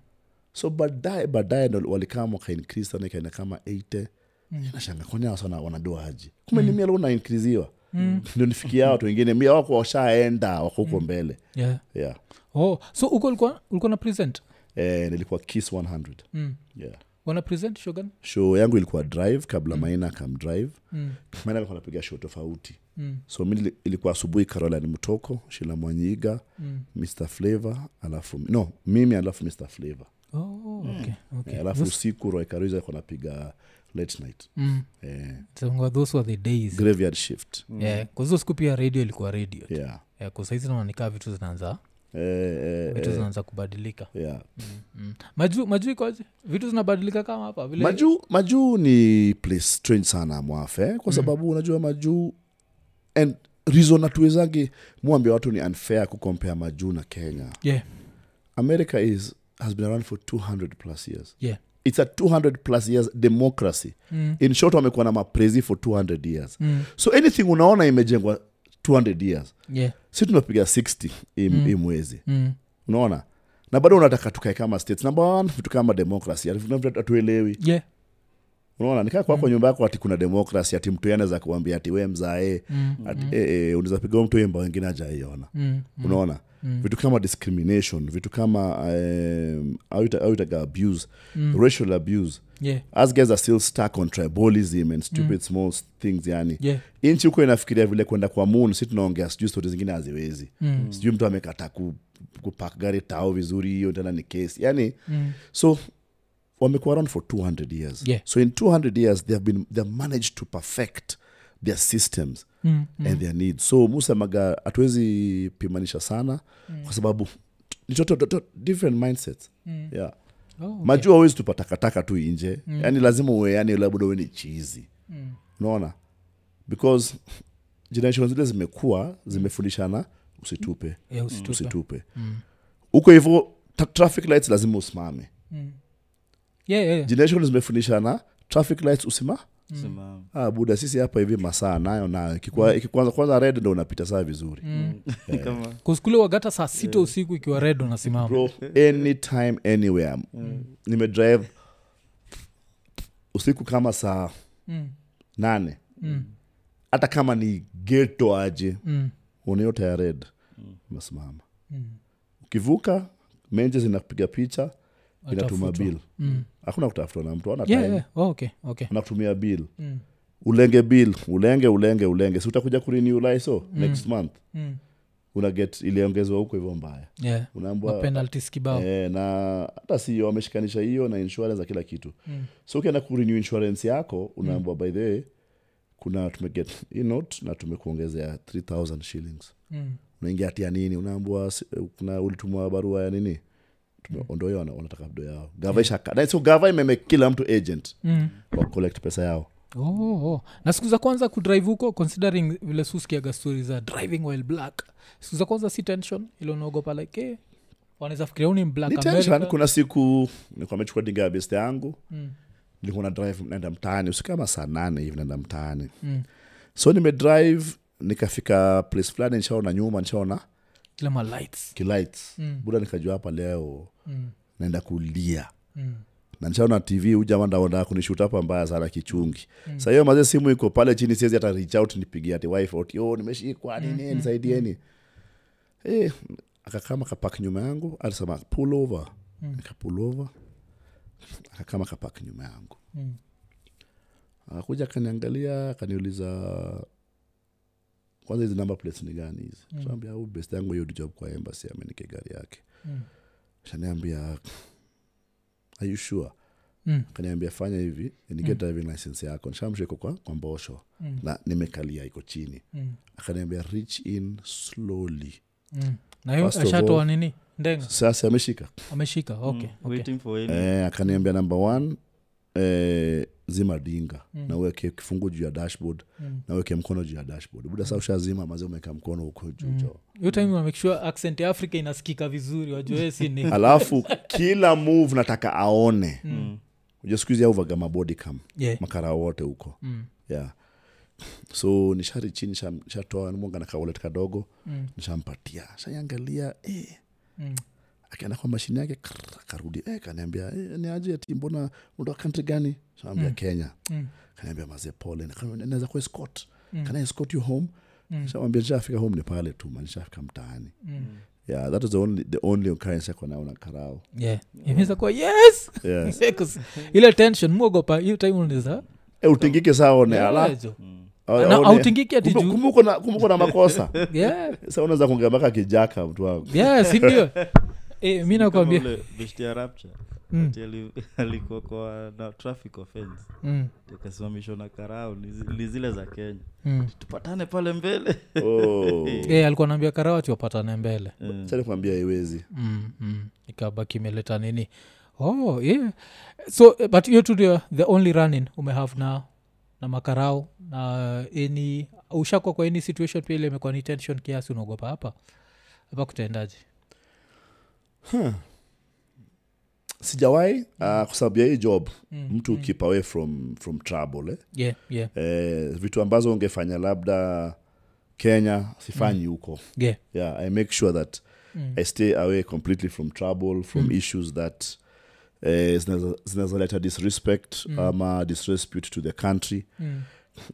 so baadaye baadaye ndo walikama wakainkris sana ikaenda kama 80
Mm.
nashanga kwani sana wanadoa aji kume ni mia luna inkriziwa
Mm.
ndio nifikia watu wengine mia wako washaenda wako huko mbele
yeah
yeah.
oh so uko ulikuwa ulikuwa na present
eh, nilikuwa kiss 100
mm.
yeah.
wana present shogan
show yangu ilikuwa drive kabla maina kam drive
mm.
maina alikuwa anapiga show tofauti
Mm.
so mi nili- ilikuwa asubuhi caroline mtoko shila mwanyiga
Mm.
mr flavor alafu no mimi alafu mr flavor
oh, okay, okay.
eh, alafu
Those-
usiku roekaruza alikuwa anapiga late night
mm.
eh,
So, those were the days
graveyard shift
yeah, 'cause hizo siku pia radio ilikuwa radio
yeah
yeah, 'cause saizi naona nikaa vitu zinaanza
eh, eh,
vitu zinaanza kubadilika
yeah
mm. majuu majuu ikoje vitu zinabadilika kama hapa vile
majuu majuu ni place strange sana mwafe eh? kwa sababu unajua majuu and reason hatuwezangi mwambia watu ni unfair kukompea majuu na kenya
yeah,
america is has been around for 200 plus years
yeah.
it's a 200 plus years democracy
Mm.
in short wamekuwa na maprezi for 200 years
Mm.
so anything unaona imejengwa 200 years
yeah.
si tunapiga 60 hii hii mwezi
Mm.
unaona na bado unataka tukae kama states number one vitu kama democracy hatuelewi
yeah.
unaona nikaa
Mm.
kwako nyumba yako ati kuna demokrasi ati mtu yanaweza kuambia ati we mzae eh,
Mm.
unaweza piga mtu yemba wengine ajaiona
Mm.
unaona vitu kama discrimination vitu kama um, auita- autaga abuse
Mm.
racial abuse
yeah.
us guys are still stuck on tribalism and
Mm.
stupid small things yani
yeah.
nchi huko inafikiria vile kwenda kwa moon si tunaongea sijui stori zingine haziwezi
Mm.
sijui mtu amekata ku, kupak gari tao vizuri hiyo tena ni kesi yani
Mm.
so wamekuwa around for 200 years
Yeah.
so in 200 years they have been they have managed to perfect their systems
Mm.
mm. and their needs so musemaga hatuwezi pimanisha sana mm. kwa sababu t- ni toto- toto- different mindsets
Mm.
yeah.
Oh, okay.
majuu awezi tupatakataka tu inje mm. yani lazima uwe yani labda uwe ni chizi
Mm.
unaona because generation zile zimekuwa zimefundishana usitupe
Yeah, usitupe.
usitupe
Mm.
huko hivyo ta- traffic lights lazima usimame
yeah, yeah, yeah.
generation zimefundishana traffic lights usima
Hmm.
Simama.
ah, buda sisi hapa hivi masaa nayo nayo
Mm.
Ikikwa- ikikwanza kwanza red ndo unapita saa vizuri
Kama- hmm,
kuskule wagata saa sita usiku ikiwa red unasimama
bro anytime anywhere nimedrive usiku kama saa
Mm.
nane
Mm.
hata kama ni geto aje
Mm.
unayote ya red unasimama
Mm.
ukivuka menje zinakupiga picha inatuma
Atafutwa.
bill
Mm.
hakuna kutafutwa na mtu ana
Yeah,
time
yeah. Oh, okay, okay.
anakutumia bill
Mm.
ulenge bill ulenge ulenge ulenge si utakuja kurenew license next month
Mm.
una get iliongezwa huko hivyo mbaya
Yeah.
unaambwa
mapenaltis kibao
eh, na hata sio wameshikanisha hiyo na insurance na kila kitu
Mm.
so ukienda kurenew insurance yako unaambwa by the way kuna tumeget hii note na tumekuongezea 3000 shillings
Mm.
unaingia hatia nini unaambua si- kuna ulitumwa barua ya nini
Mm.
Tume- ondoa hiyo, wana- wanataka bdo yao gava ishaka na so gava imemake kila mtu agent
mm.
wa collect pesa yao
oh, oh. na siku za kwanza kudrive huko considering vile suskiaga stori za driving while black siku za kwanza si tension ilionaogopa like eh, wanaweza fikiria huu ni black
ni tension
America.
kuna siku nilikuwa nimechukua dinga ya best yangu
Mm.
nilikuwa na drive naenda mtaani usiku kama saa nane hivi naenda mtaani
Mm.
so nimedrive nikafika place fulani nishaona nyuma nishaona
Kila ma lights
kilights
Mm.
buda nikajua hapa leo
mm.
naenda kulia
Mm.
na nishaona tv huyu jamaa ndaonda kunishuta hapa mbaya sana kichungi mm. sa hiyo mazee simu iko pale chini siwezi hata reach out nipigie ati wife ati oh nimeshikwa
Mm,
nini nisaidieni eh akakama kapak nyuma yangu alisema pull over mm. nikapull over akakama kapak nyuma yangu
Mm.
akakuja akaniangalia akaniuliza kwanza hizi number plates ni gani hizi mm. shaambia au best yangu hiyo job kwa embassy amenike gari yake
Mm.
shaniambia are you sure
Mm.
kaniambia fanya hivi nige mm. driving license yako nishamsha iko kwa, kwa mbosho
Mm.
na nimekalia iko chini
Mm.
akaniambia reach in slowly
Mm. na hiyo
First of
ashatoa
all-
nini ndenga
sasa ameshika
ameshika okay,
Mm,
okay.
waiting for him.
eh, akaniambia number one eh, zima dinga mm. nauweke kifungu juu ya dashboard
Mm.
nauweke mkono juu ya dashboard buda saa ushazima mazi umeweka mkono huko juu
Mm.
jo
hiyo time unamake sure accent ya africa inasikika vizuri wajoesi ni
alafu kila move nataka aone
Mm.
Mm.
uja siku hizi auvaga mabodicam
yeah.
makara wote huko
mm.
yeah so nisharichi nishatoa mwanga na kaulet kadogo
Mm.
nishampatia shaiangalia eh,
Mm.
akaenda kwa mashini yake krrr, akarudi eh, kaniambia eh, ni aje ati mbona unatoka kantri gani shaambia mm. kenya
Mm.
kaniambia mazee pole Nikamwambia, naweza kuwa escort
Mm.
can I escort you home
Mm.
shamwambia nishafika home ni pale tu man nishafika mtaani
Mm.
yeah that is the only, the only occurrence yako nayo na karao
yeah. imeweza kuwa yes
yes.
Because ile tension muogopa hiyo time unaweza
eh, utingike saone ala
Yezo.
aone.
Na autingiki ati
Kumbe-
juu
kumbe uko na- kumbe uko na makosa
Yeah.
sa unaweza kuongea mpaka kijaka mtu wangu
Yeah, si ndio Eh, mi
Kama
nakwambia
ule beshte ya rapture
Mm.
ati ali- alikuwa kwa na traffic offense
Mm.
akasimamishwa na karau ni zi- ni zile za kenya
Mm.
tupatane pale mbele
Hmm.
oh.
Eh, alikuwa naambia karawati wapatane mbele
Eh,
Sasa nikwambia haiwezi
mm, mm. ikabaki imeleta nini oh yeah so eh, but hiyo tu ndio the only running umehave na na makarau na any ushakwa kwa any situation pia ile imekuwa ni tension kiasi unaogopa hapa hapa kutaendaje
sijawahi uh, kwa sababu ya hii job
Mm,
mtu mm. keep away from, from trouble eh?
yeah yeah
Eh, vitu ambazo ungefanya labda kenya sifanyi huko
yeah
yeah, i make sure that
Mm.
i stay away completely from trouble from issues that eh, zinazo- zinazoleta disrespect ama disrespute to the country
mm.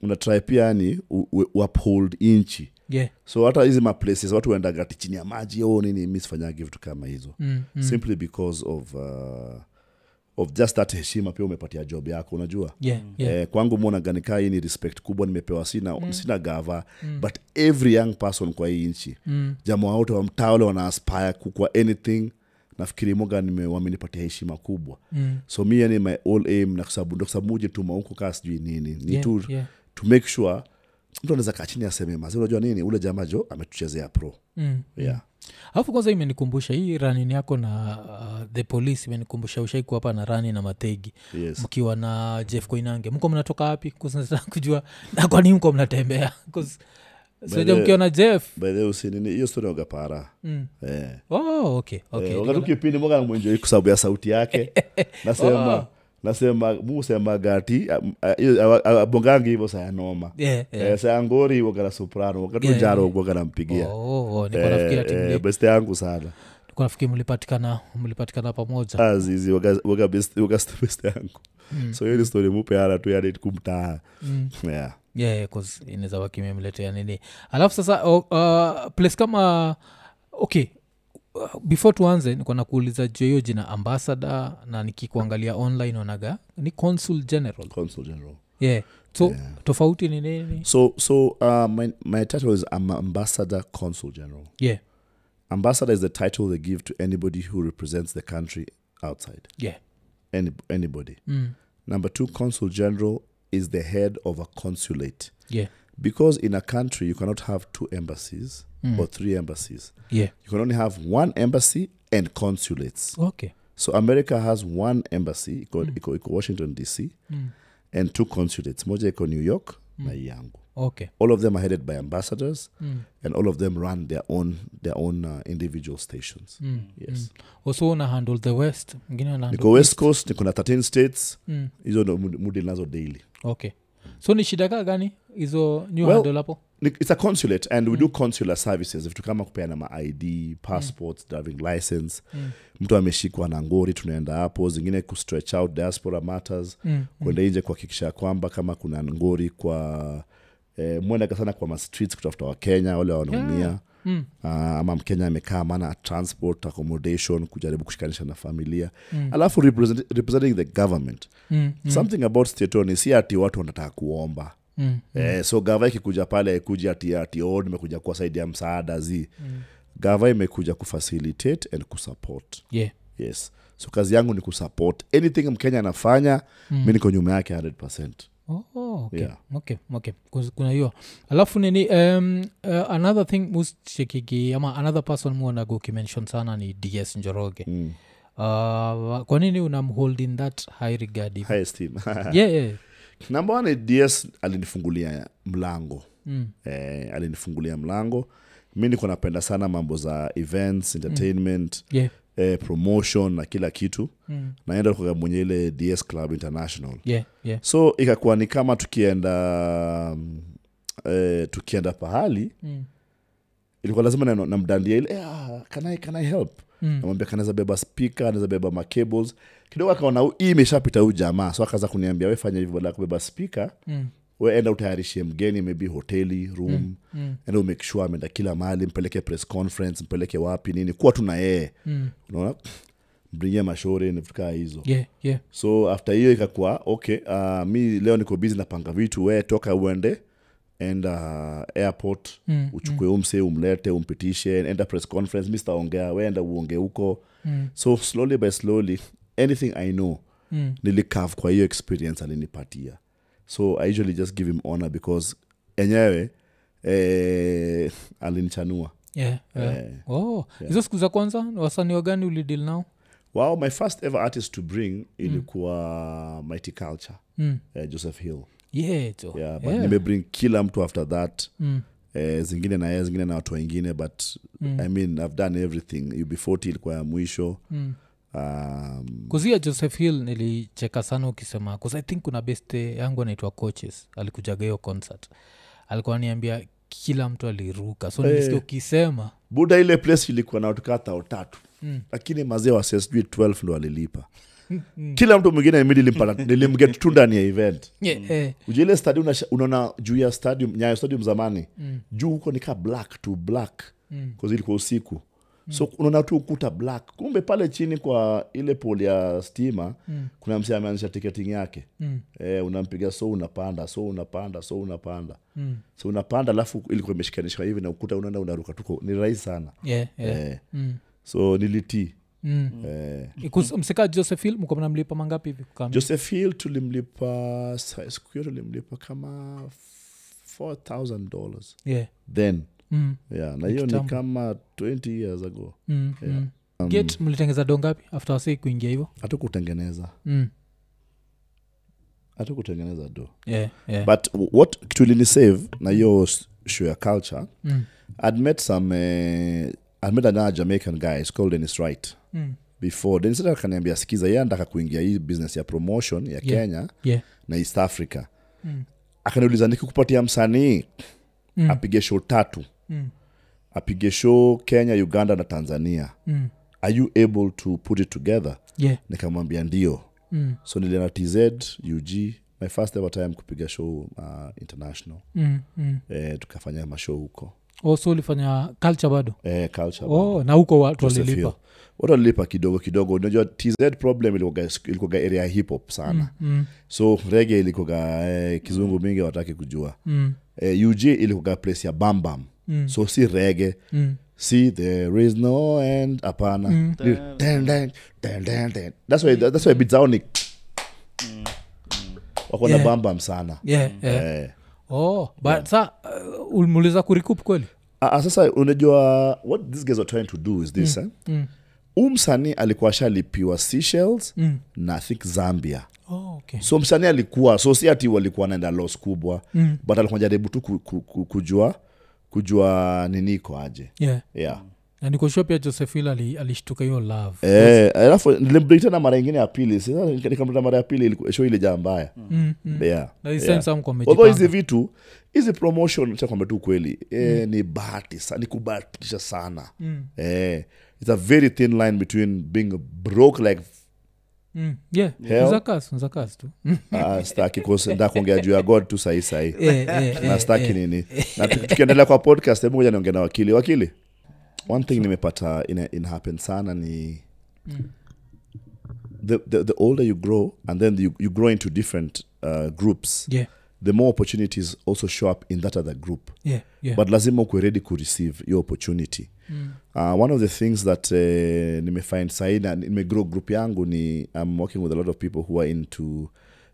unatry pia ni u- u- uuphold inchi
yeah
so hata hizi maplaces watu waendaga ati chini ya maji o nini mi sifanyagi vitu kama hizo
mm. mm.
simply because of uh, of just that heshima pia umepatia job yako unajua
yeah yeah Mm.
Eh, kwangu muonaganikaa hii ni respect kubwa nimepewa sina, sina gava but every young person kwa hii nchi
Mm.
jamaa wote wa mtaa ule wana aspire kukwa anything nafikiri moga nime- wamenipatia heshima kubwa
Mm.
so mi yani my all aim na kwa sababu ndo kwa sababu mujituma huko kaa sijui nini ni
yeah,
tu
yeah.
to make sure mtu anaweza kaa chini aseme mazi unajua nini ule jamaa jo ametuchezea pro
Mm.
yeah.
alafu kwanza imenikumbusha hii ranin yako na uh, the police imenikumbusha ushaikuwa hapa na rani na mategi
yes.
mkiwa na jeff koinange mko mnatoka wapi 'Cause nataka kujua na kwa nini mko mnatembea 'Cause sijajua
the-
mkiwa na jeff
by the way usinini hiyo stori ogapara
mm.
eh.
oh, okay, okay.
Eh, wakati kipindi moga namwenjoi kwa sababu ya sauti yake
Ah.
nasema nasema musemaga ati ah, bongangi hivo sayanoma
Yeah, yeah.
Eh, sayangori ivogara soprano wakati
Yeah,
ujaro ugogara mpigia
Oh, oh, oh, nilikuwa nafikiria ati mli-
Eh, eh, best yangu sana
nilikuwa nafikiri mlipatikana mlipatikana pamoja
Ah, zizi waga- waga best- waga st- best yangu
Hmm.
so hiyo ni story mupe ara tu yani kumtaa yeah.
yeah, 'cause inaweza wakimemletea nini alafu sasa o- uh, place kama okay uh, before tuanze nikuwa nakuuliza juu ya hiyo jina ambassador na nikikuangalia online onaga ni consul general
Consul General.
yeah so tofauti ni nini
so, so uh, my, my title is am- ambassador consul general
yeah
ambassador is the title they give to anybody who represents the country outside
yeah
Any, anybody
mm.
number two consul general is the head of a consulate
yeah
because in a country you cannot have two embassies or three embassies
yeah
you can only have one embassy and consulates
okay
so america has one embassy iko, iko, iko washington dc and two consulates moja iko new york na hii yangu
okay
all of them are headed by ambassadors and all of them run their own their own uh, individual stations yes
also una handle the west mwingine ana handle
niko west coast niko na 13 states
Mm.
hizo ndo mudi mudi nazo daily
okay so ni shida kaa gani hizo new
Well-
handle hapo
Ni- it's a consulate and we do
Mm.
consular services vitu kama kupeana ma id passports
Mm.
driving license mtu ameshikwa na ngori tunaenda hapo zingine kustretch out diaspora matters
Mm,
kwenda nje kuhakikisha ya kwamba kama kuna ngori kwa eh, mwendaka sana kwa mastreets kutafuta wakenya wale wanaumia
mm,
Ah, ama mkenya amekaa maana transport accommodation kujaribu kushikanisha na familia
Mm.
alafu represent, representing the government
mm,
something about stetoni si ati watu wanataka kuomba
mm.
eh, so gava ikikuja pale aikuji ati ati oh, nimekuja kuwa saidi ya msaada zi mm. gava imekuja kufacilitate and kusupport
yeah
yes so kazi yangu ni kusupport anything mkenya anafanya mm. mi niko nyuma yake 100
Oh, okay.
Yeah.
okay okay Kus- kuna hiyo alafu nini um, uh, another thing muschekiki ama another person muonaga ukimenshon sana ni ds njoroge
mm.
uh, kwa nini unamhold in that high regard hivi?
high esteem
yeah, yeah.
number one ds alinifungulia mlango
Mm,
eh, alinifungulia mlango mi niko napenda sana mambo za events entertainment
yeah,
eh, promotion na kila kitu
mm,
naenda kuwa mwenye ile ds club international
yeah, yeah.
so ikakuwa ni kama tukienda mm, eh, tukienda pahali
Mm,
ilikuwa lazima na- namdandia ile eh, ah, can I, can I help
mm,
namwambia kanaweza beba speaker anaweza beba macables kidogo akaona "Huu- hii imeshapita huu jamaa so akaanza kuniambia we fanya hivyo badala ya kubeba speaker
mm,
we enda utayarishie mgeni maybe hoteli room mm
mm,
enda umake sure ameenda kila mahali mpeleke press conference mpeleke wapi nini kuwa tu na yeye
mm.
unaona bringie mashore ni vitu kaa hizo
yeah, yeah.
so after hiyo ikakuwa okay uh, mi leo niko busy napanga vitu we toka uende enda uh, airport
Mm,
uchukue umse umlete umpitishe enda press conference mi sitaongea we enda uonge huko
Mm.
so slowly by slowly anything i know
Mm.
nilicave kwa hiyo experience alinipatia so i usually just give him honor because enyewe eh, alinichanua
Yeah, yeah. Oh, hizo siku za kwanza wasanii gani ulidil nao
wow my first ever artist to bring ilikuwa mm. mighty culture
mm.
eh, joseph hill
yeah, jo.
yeah, but nimebring kila mtu after that
Mm.
eh, zingine na yeye zingine na watu wengine but mm. i mean i've done everything ub40 ilikuwa ya mwisho
Mm.
um,
kuzia joseph hill nilicheka sana ukisema bause i think kuna beste yangu anaitwa coaches alikujaga hiyo concert alikuwa niambia kila mtu aliruka
Eh.
so nilisikia ukisema
buda ile place ilikuwa na watu kadha watatu mm. lakini mazee wase sijui 12 ndo alilipa kila mtu mwingine mi nilimpata- nilimget tu ndani ya event
yeah, eh,
uja ile stadium unasha- unaona juu ya stadium nyayo stadium zamani mm. juu huko nikaa black to black mm. ilikuwa usiku so unaona tu ukuta black kumbe pale chini kwa ile pol ya stima mm. kuna msi ameanisha tiketing yake mm. eh, unampiga so unapanda so unapanda so unapanda mm. so unapanda alafu ilikuwa imeshikanisha hivi na ukuta unaenda unaruka tuko ni rahisi sana
yeah, yeah.
eh. so nilitii
Mm.
eh,
Kus- msika joseph hill mko mnamlipa mangapi hivi kukam
joseph hill tulimlipa sa- siku hiyo tulimlipa kama 4000 dollars
yeah.
then
mm.
yeah, na hiyo ni
Kitambo.
kama 20 years ago
mm. mm.
Um.
gate mlitengeza do ngapi after wasei kuingia hivyo
hatukutengeneza
mm.
hatukutengeneza do
yeah, yeah.
but w- what kitu ilinisave na hiyo s- show ya culture
Mm.
i'd met some eh, i'd met another jamaican guy it's called dennis wright
Mm.
before dennis wright akaniambia sikiza yeye anataka kuingia hii business ya promotion ya kenya
yeah.
na east africa
Mm.
akaniuliza nikikupatia msanii
Mm.
apige show tatu
Mm.
apige show kenya uganda na tanzania
Mm.
are you able to put it together
yeah.
nikamwambia ndio
Mm.
so nilienda tz ug my first ever time kupiga show uh, international
Mm. Mm.
eh, tukafanya mashow huko
also ulifanya culture bado
eh, culture
oh, na huko watu
Joseph
walilipa
Hill. watu walilipa kidogo kidogo unajua tz problem ilikuwaga- ilikuwaga area ya hip hop sana
mm.
so rege ilikuwaga eh, kizungu mingi wataki kujua
Mm.
eh, ug ilikuwaga place ya bambam
Mm.
so si rege
Mm.
see there is no end hapana Ni- dun, dun, dun, dun, dun. That's why- that's why beat zao ni wako na
Yeah.
bambam sana
yeah, yeah.
Eh,
oh but yeah. sa uh, ulimuuliza kurikup kweli
Ah, ah, sasa unajua what these guys are trying to do is this mm. eh?
mm.
huu msanii alikuwa ashalipiwa Seychelles
Mm.
na I think zambia
oh, okay.
so msanii alikuwa so si ati walikuwa naenda los kubwa mm. but alikuwa jaribu tu ku, ku, ku, kujua kujua nini iko aje
yeah
yeah
na nikoshua pia josephil ali- alishtuka hiyo love
Eh, alafu nilimbring tena mara ingine ya pili Sasa nika- nikamleta mara ya pili ilikuwa- show ilijaa mbaya
Mm, mm.
yeah
Na this
yeah.
time some comedy
although hizi
panga.
vitu hizi promotion chakwambia tu kweli eh, ni bahati sa- ni kubahatisha sana
Mm,
eh, it's a very thin line between being broke like
mm. Yeah,
Hell.
unza kazi, unza kazi tu Mm.
uh, staki ndakuongea juu ya god tu sahii sahii
Eh, eh,
na
eh,
staki
eh.
nini na tuki- tukiendelea kwa podcast hebu ngoja niongea na wakili wakili one thing nimepata ina, ina happen sana ni
Mm.
the, the, the older you grow and then you, you grow into different uh, groups
Yeah,
the more opportunities also show up in that other group
yeah, yeah.
but lazima ukwe ready kureceive your opportunity
Mm.
uh, one of the things that uh, nimefind sahii na nimegrow group yangu ni i'm working with a lot of people who are into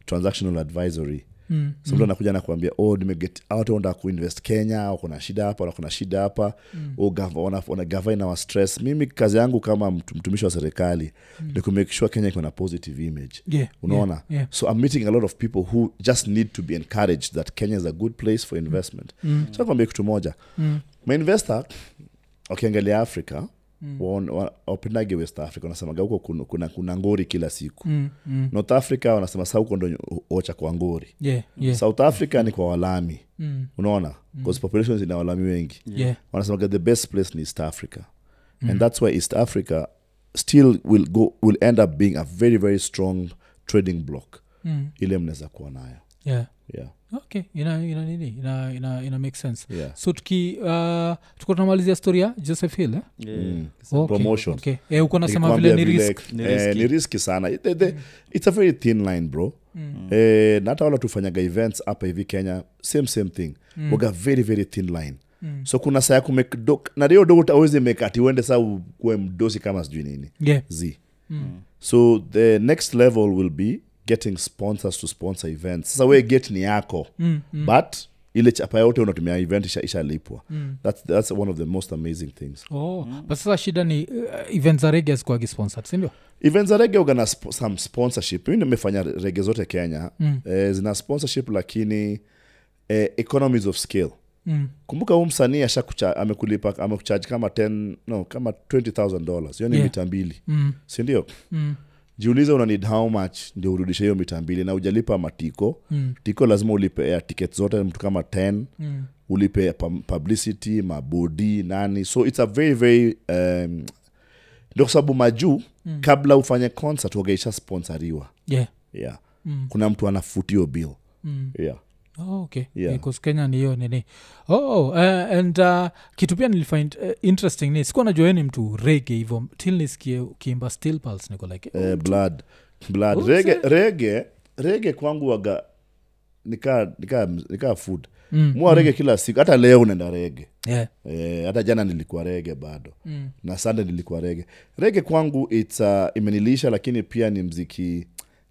transactional advisory
Mm,
so mtu anakuja nakuambia oh nimeget out onda kuinvest kenya kuna shida hapa na kuna shida hapa mm. oh, gava, ona, ona gava ina wa stress mimi kazi yangu kama mtu- mtumishi wa serikali mm. ni kumake sure kenya iko na positive image
yeah,
unaona
yeah, yeah.
so i'm meeting a lot of people who just need to be encouraged that kenya is a good place for investment
Mm,
so nakwambia kitu moja
mm,
mainvesta wakiangalia africa
Mm.
waon- wa- wapendage west africa wanasemaga huko kuna, kuna, kuna ngori kila siku
mm, mm.
north africa wanasema sa huko ndo ocha kwa ngori
Yeah, yeah,
south africa ni kwa walami
mm,
unaona because populations ina walami wengi
yeah,
wanasemaga the best place ni east africa and that's why east africa still will, go, will end up being a very very strong trading block
mm,
ile mnaweza kuwa nayo
yeah.
yeah,
okay ina ina nini ina, ina, ina make sense
yeah.
so tuki uh, tuko tunamalizia story ya joseph hill eh?
Mm.
okay.
Promotions.
okay. eh, uko nasema
Nikikwambia
vile ni
vile,
risk
Ni
eh,
risky.
ni riski sana It- the- the- it's a very thin line bro
Mm.
Eh, na hata wala tufanyaga events hapa hivi kenya same same thing mm. waga very very thin line
Mm.
so kuna saa ya kumake dok- na rio dogo utawezi make ati uende saa ukuwe mdosi kama sijui nini
yeah.
z
mm.
so the next level will be getting sponsors to sponsor events sasa we get ni yako
Mm. Mm.
but ile chapa yote unatumia event isha- ishalipwa
Mm.
that's, that's one of the most amazing things
Oh, but sasa shida ni uh, event za rege azikuagi sponsored sindio
events za rege ugana sp- some sponsorship mi nimefanya rege zote kenya
Mm.
eh, zina sponsorship lakini eh, economies of scale
mm.
kumbuka huu msanii ashakucha- amekulipa amekuchaji kama 10 no kama 20000 dollars hiyo ni
Yeah.
mita mbili
mm.
sindio
mm.
jiulize una need how much ndio urudishe hiyo mita mbili na ujalipa matiko
mm.
tiko lazima ulipe air tickets zote mtu kama 10
mm.
ulipe pam- publicity mabodi nani so its a very very um, ndio kwa sababu majuu mm. kabla ufanye concert wageisha sponsoriwa
yeah
yeah.
Mm.
kuna mtu anafutio bill
Mm.
yeah.
Oh, okay
Yeah.
Because kenya ni hiyo nini oh, uh, and uh, kitu pia nilifind uh, interesting ni sikuwa najua yeye ni mtu rege hivo till nisikie ukiimba still pals niko like eh,
eh, blood blood
Oh,
rege,
sir.
rege rege kwangu waga nikaa nika, nika food
Mm,
mua rege kila siku hata leo unaenda rege
yeah.
eh, hata jana nilikuwa rege bado
mm.
na sande nilikuwa rege rege kwangu it's, uh, imenilisha lakini pia ni mziki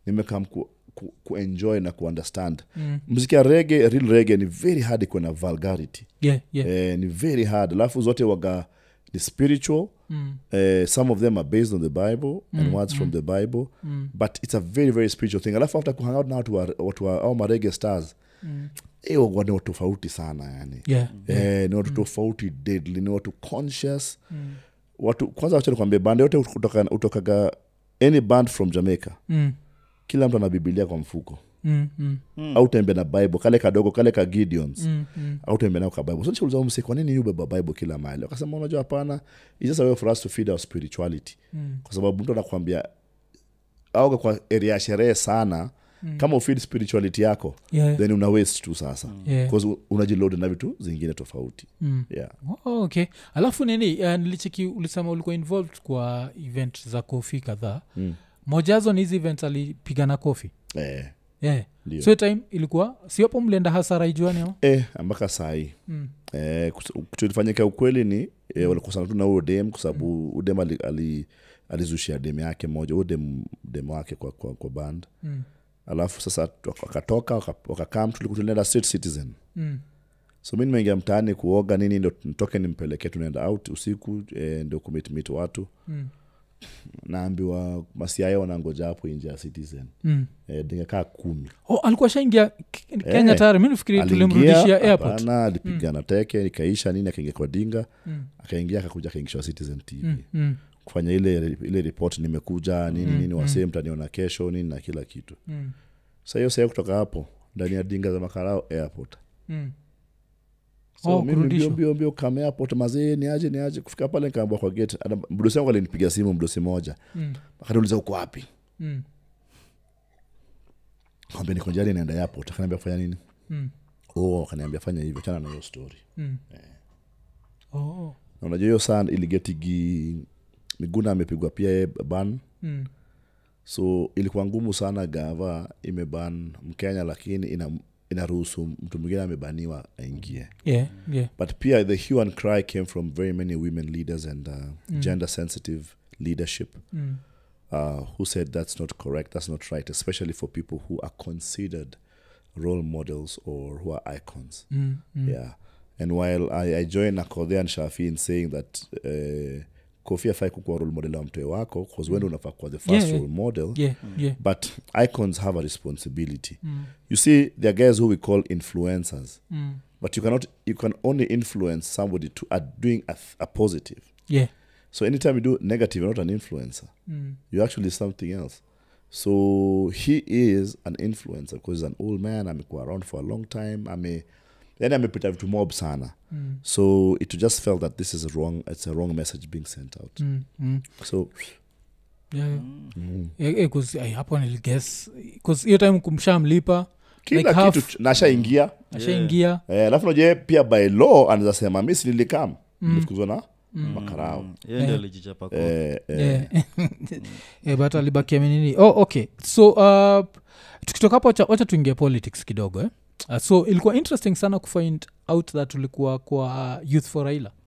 nimekam ku, ku, kuenjoy na kuunderstand
Mm.
mziki ya rege real rege ni very hard kuna vulgarity
yeah, yeah.
eh, ni very hard alafu zote waga ni spiritual
Mm.
Uh, some of them are based on the bible mm, and words mm. from the bible mm. but it's a very very spiritual thing alafu after kuhang out na watu wa- watu wa- au marege stars
Mm.
eh, waga ni watu tofauti sana yani
yeah.
eh, ni watu tofauti deadly ni watu conscious
Mm.
watu kwanza wacha nikwambie band yote utoka- utokaga any band from jamaica
Mm.
kila mtu ana bibilia kwa mfuko
Mm. Mm.
mm. au tembe na bible kale kadogo kale ka gideons mm
Mm. Mm.
autembenakabiblesochulizamse kwa nini ubeba bible kila mahali wakasema unajua hapana it's just a way for us to feed our spirituality
Mm.
kwa sababu mtu anakwambia auga kwa area ya sherehe sana mm. kama ufeed spirituality yako
Yeah.
then una waste tu sasa
Yeah.
bcause u- unajilod na vitu zingine tofauti
Mm.
yeah.
Oh, okay alafu nini uh, nilicheki ulisema ulikuwa involved kwa event za kofi kadhaa
Mm.
moja wazo ni hizi event alipigana kofi
eh,
yeah.
Ndio.
so time ilikuwa siapo mlienda hasara ijuani ama
eh, mpaka sahii
mm.
eh, tulifanyika ukweli ni eh, walikusana tu na huyo dem kwa sababu mm. udem ali, ali, alizushia dem yake moja huyo dem dem wake kwa, kwa, kwa band
Mm.
alafu sasa tu- wakatoka waka- wakakam tulikuwa tunaenda street citizen
Mm.
so mi nimeingia mtaani kuoga nini ndo nitoke nimpelekee tunaenda out usiku eh, ndio kumitmit watu
Mm.
naambiwa masiaya wanangoja hapo nje ya citizen
Mm.
eh, dingekaa kumi
Oh, alikuwa shaingia K- kenya
Eh,
tayari mi nafikiri
Aliingia,
tulimrudishia airport
hapana, alipigana teke ikaisha nini akaingia kwa dinga
Mm.
akaingia akakuja akaingishwa citizen tv
Mm, mm,
kufanya ile ile report nimekuja nini
Mm,
nini
mm.
wasee mtaniona kesho nini na kila kitu
mm,
sa hiyo saa kutoka hapo ndani ya dinga za makarao airport
mm.
so
Oh,
mimi
kurudishwa.
mbio mbio mbio kam airport mazee ni aje ni aje kufika pale nikaambwa kwa gate Ana- mdosi wangu alinipiga simu mdosi moja
Mm.
akaniuliza uko wapi
Mm.
kambia niko njiani naenda airport akaniambia fanya nini
Mm.
oh akaniambia fanya hivyo chana na hiyo story
Mm. Oh.
na unajua hiyo saa iligetigi miguna amepigwa pia ye ban
Mm.
so ilikuwa ngumu sana gava imeban mkenya lakini ina inaruhusu mtu mwingine amebaniwa aingie
Yeah, yeah.
but pia the hue and cry came from very many women leaders and uh, gender sensitive leadership
Mm.
uh, who said that's not correct that's not right especially for people who are considered role models or who are icons
Mm. Mm.
yeah and while i, I join akodhe and shafi in saying that uh, kofi afai kukuwa role model ya mtoe wako bcause wende unafaa kuwa the first
Mm. Yeah, yeah.
role model
Yeah, yeah.
but icons have a responsibility you see there are guys who we call influencers
Mm.
but you cannot you can only influence somebody to at doing a, th- a positive
Yeah.
so anytime you do negative you're not an influencer
Mm.
you're actually something else so he is an influencer because he's an old man amekuwa around for a long time ame yani amepita vitu mob sana
Mm.
so it just felt that this is wrong it's a wrong message being sent out
Mm. Mm.
so
Yeah, yeah.
mm,
Eh, eh, 'cause, eh, hapo niliges hiyo time kumshamlipa
kila
Like half-
kitu ch- nashaingia
ashaingia
Eh, alafu naje pia by law anaweza sema mi sililikam
Hmm,
nilifukuzwa na makarao
Hmm. yeye ndio alijichapa kofi.
Eh, eh,
yeah. yeah, Eh, but alibakia minini oh, okay so uh, tukitoka hapo wacha- wacha tuingie politics kidogo eh? uh, so ilikuwa interesting sana kufind out that ulikuwa kwa youth for raila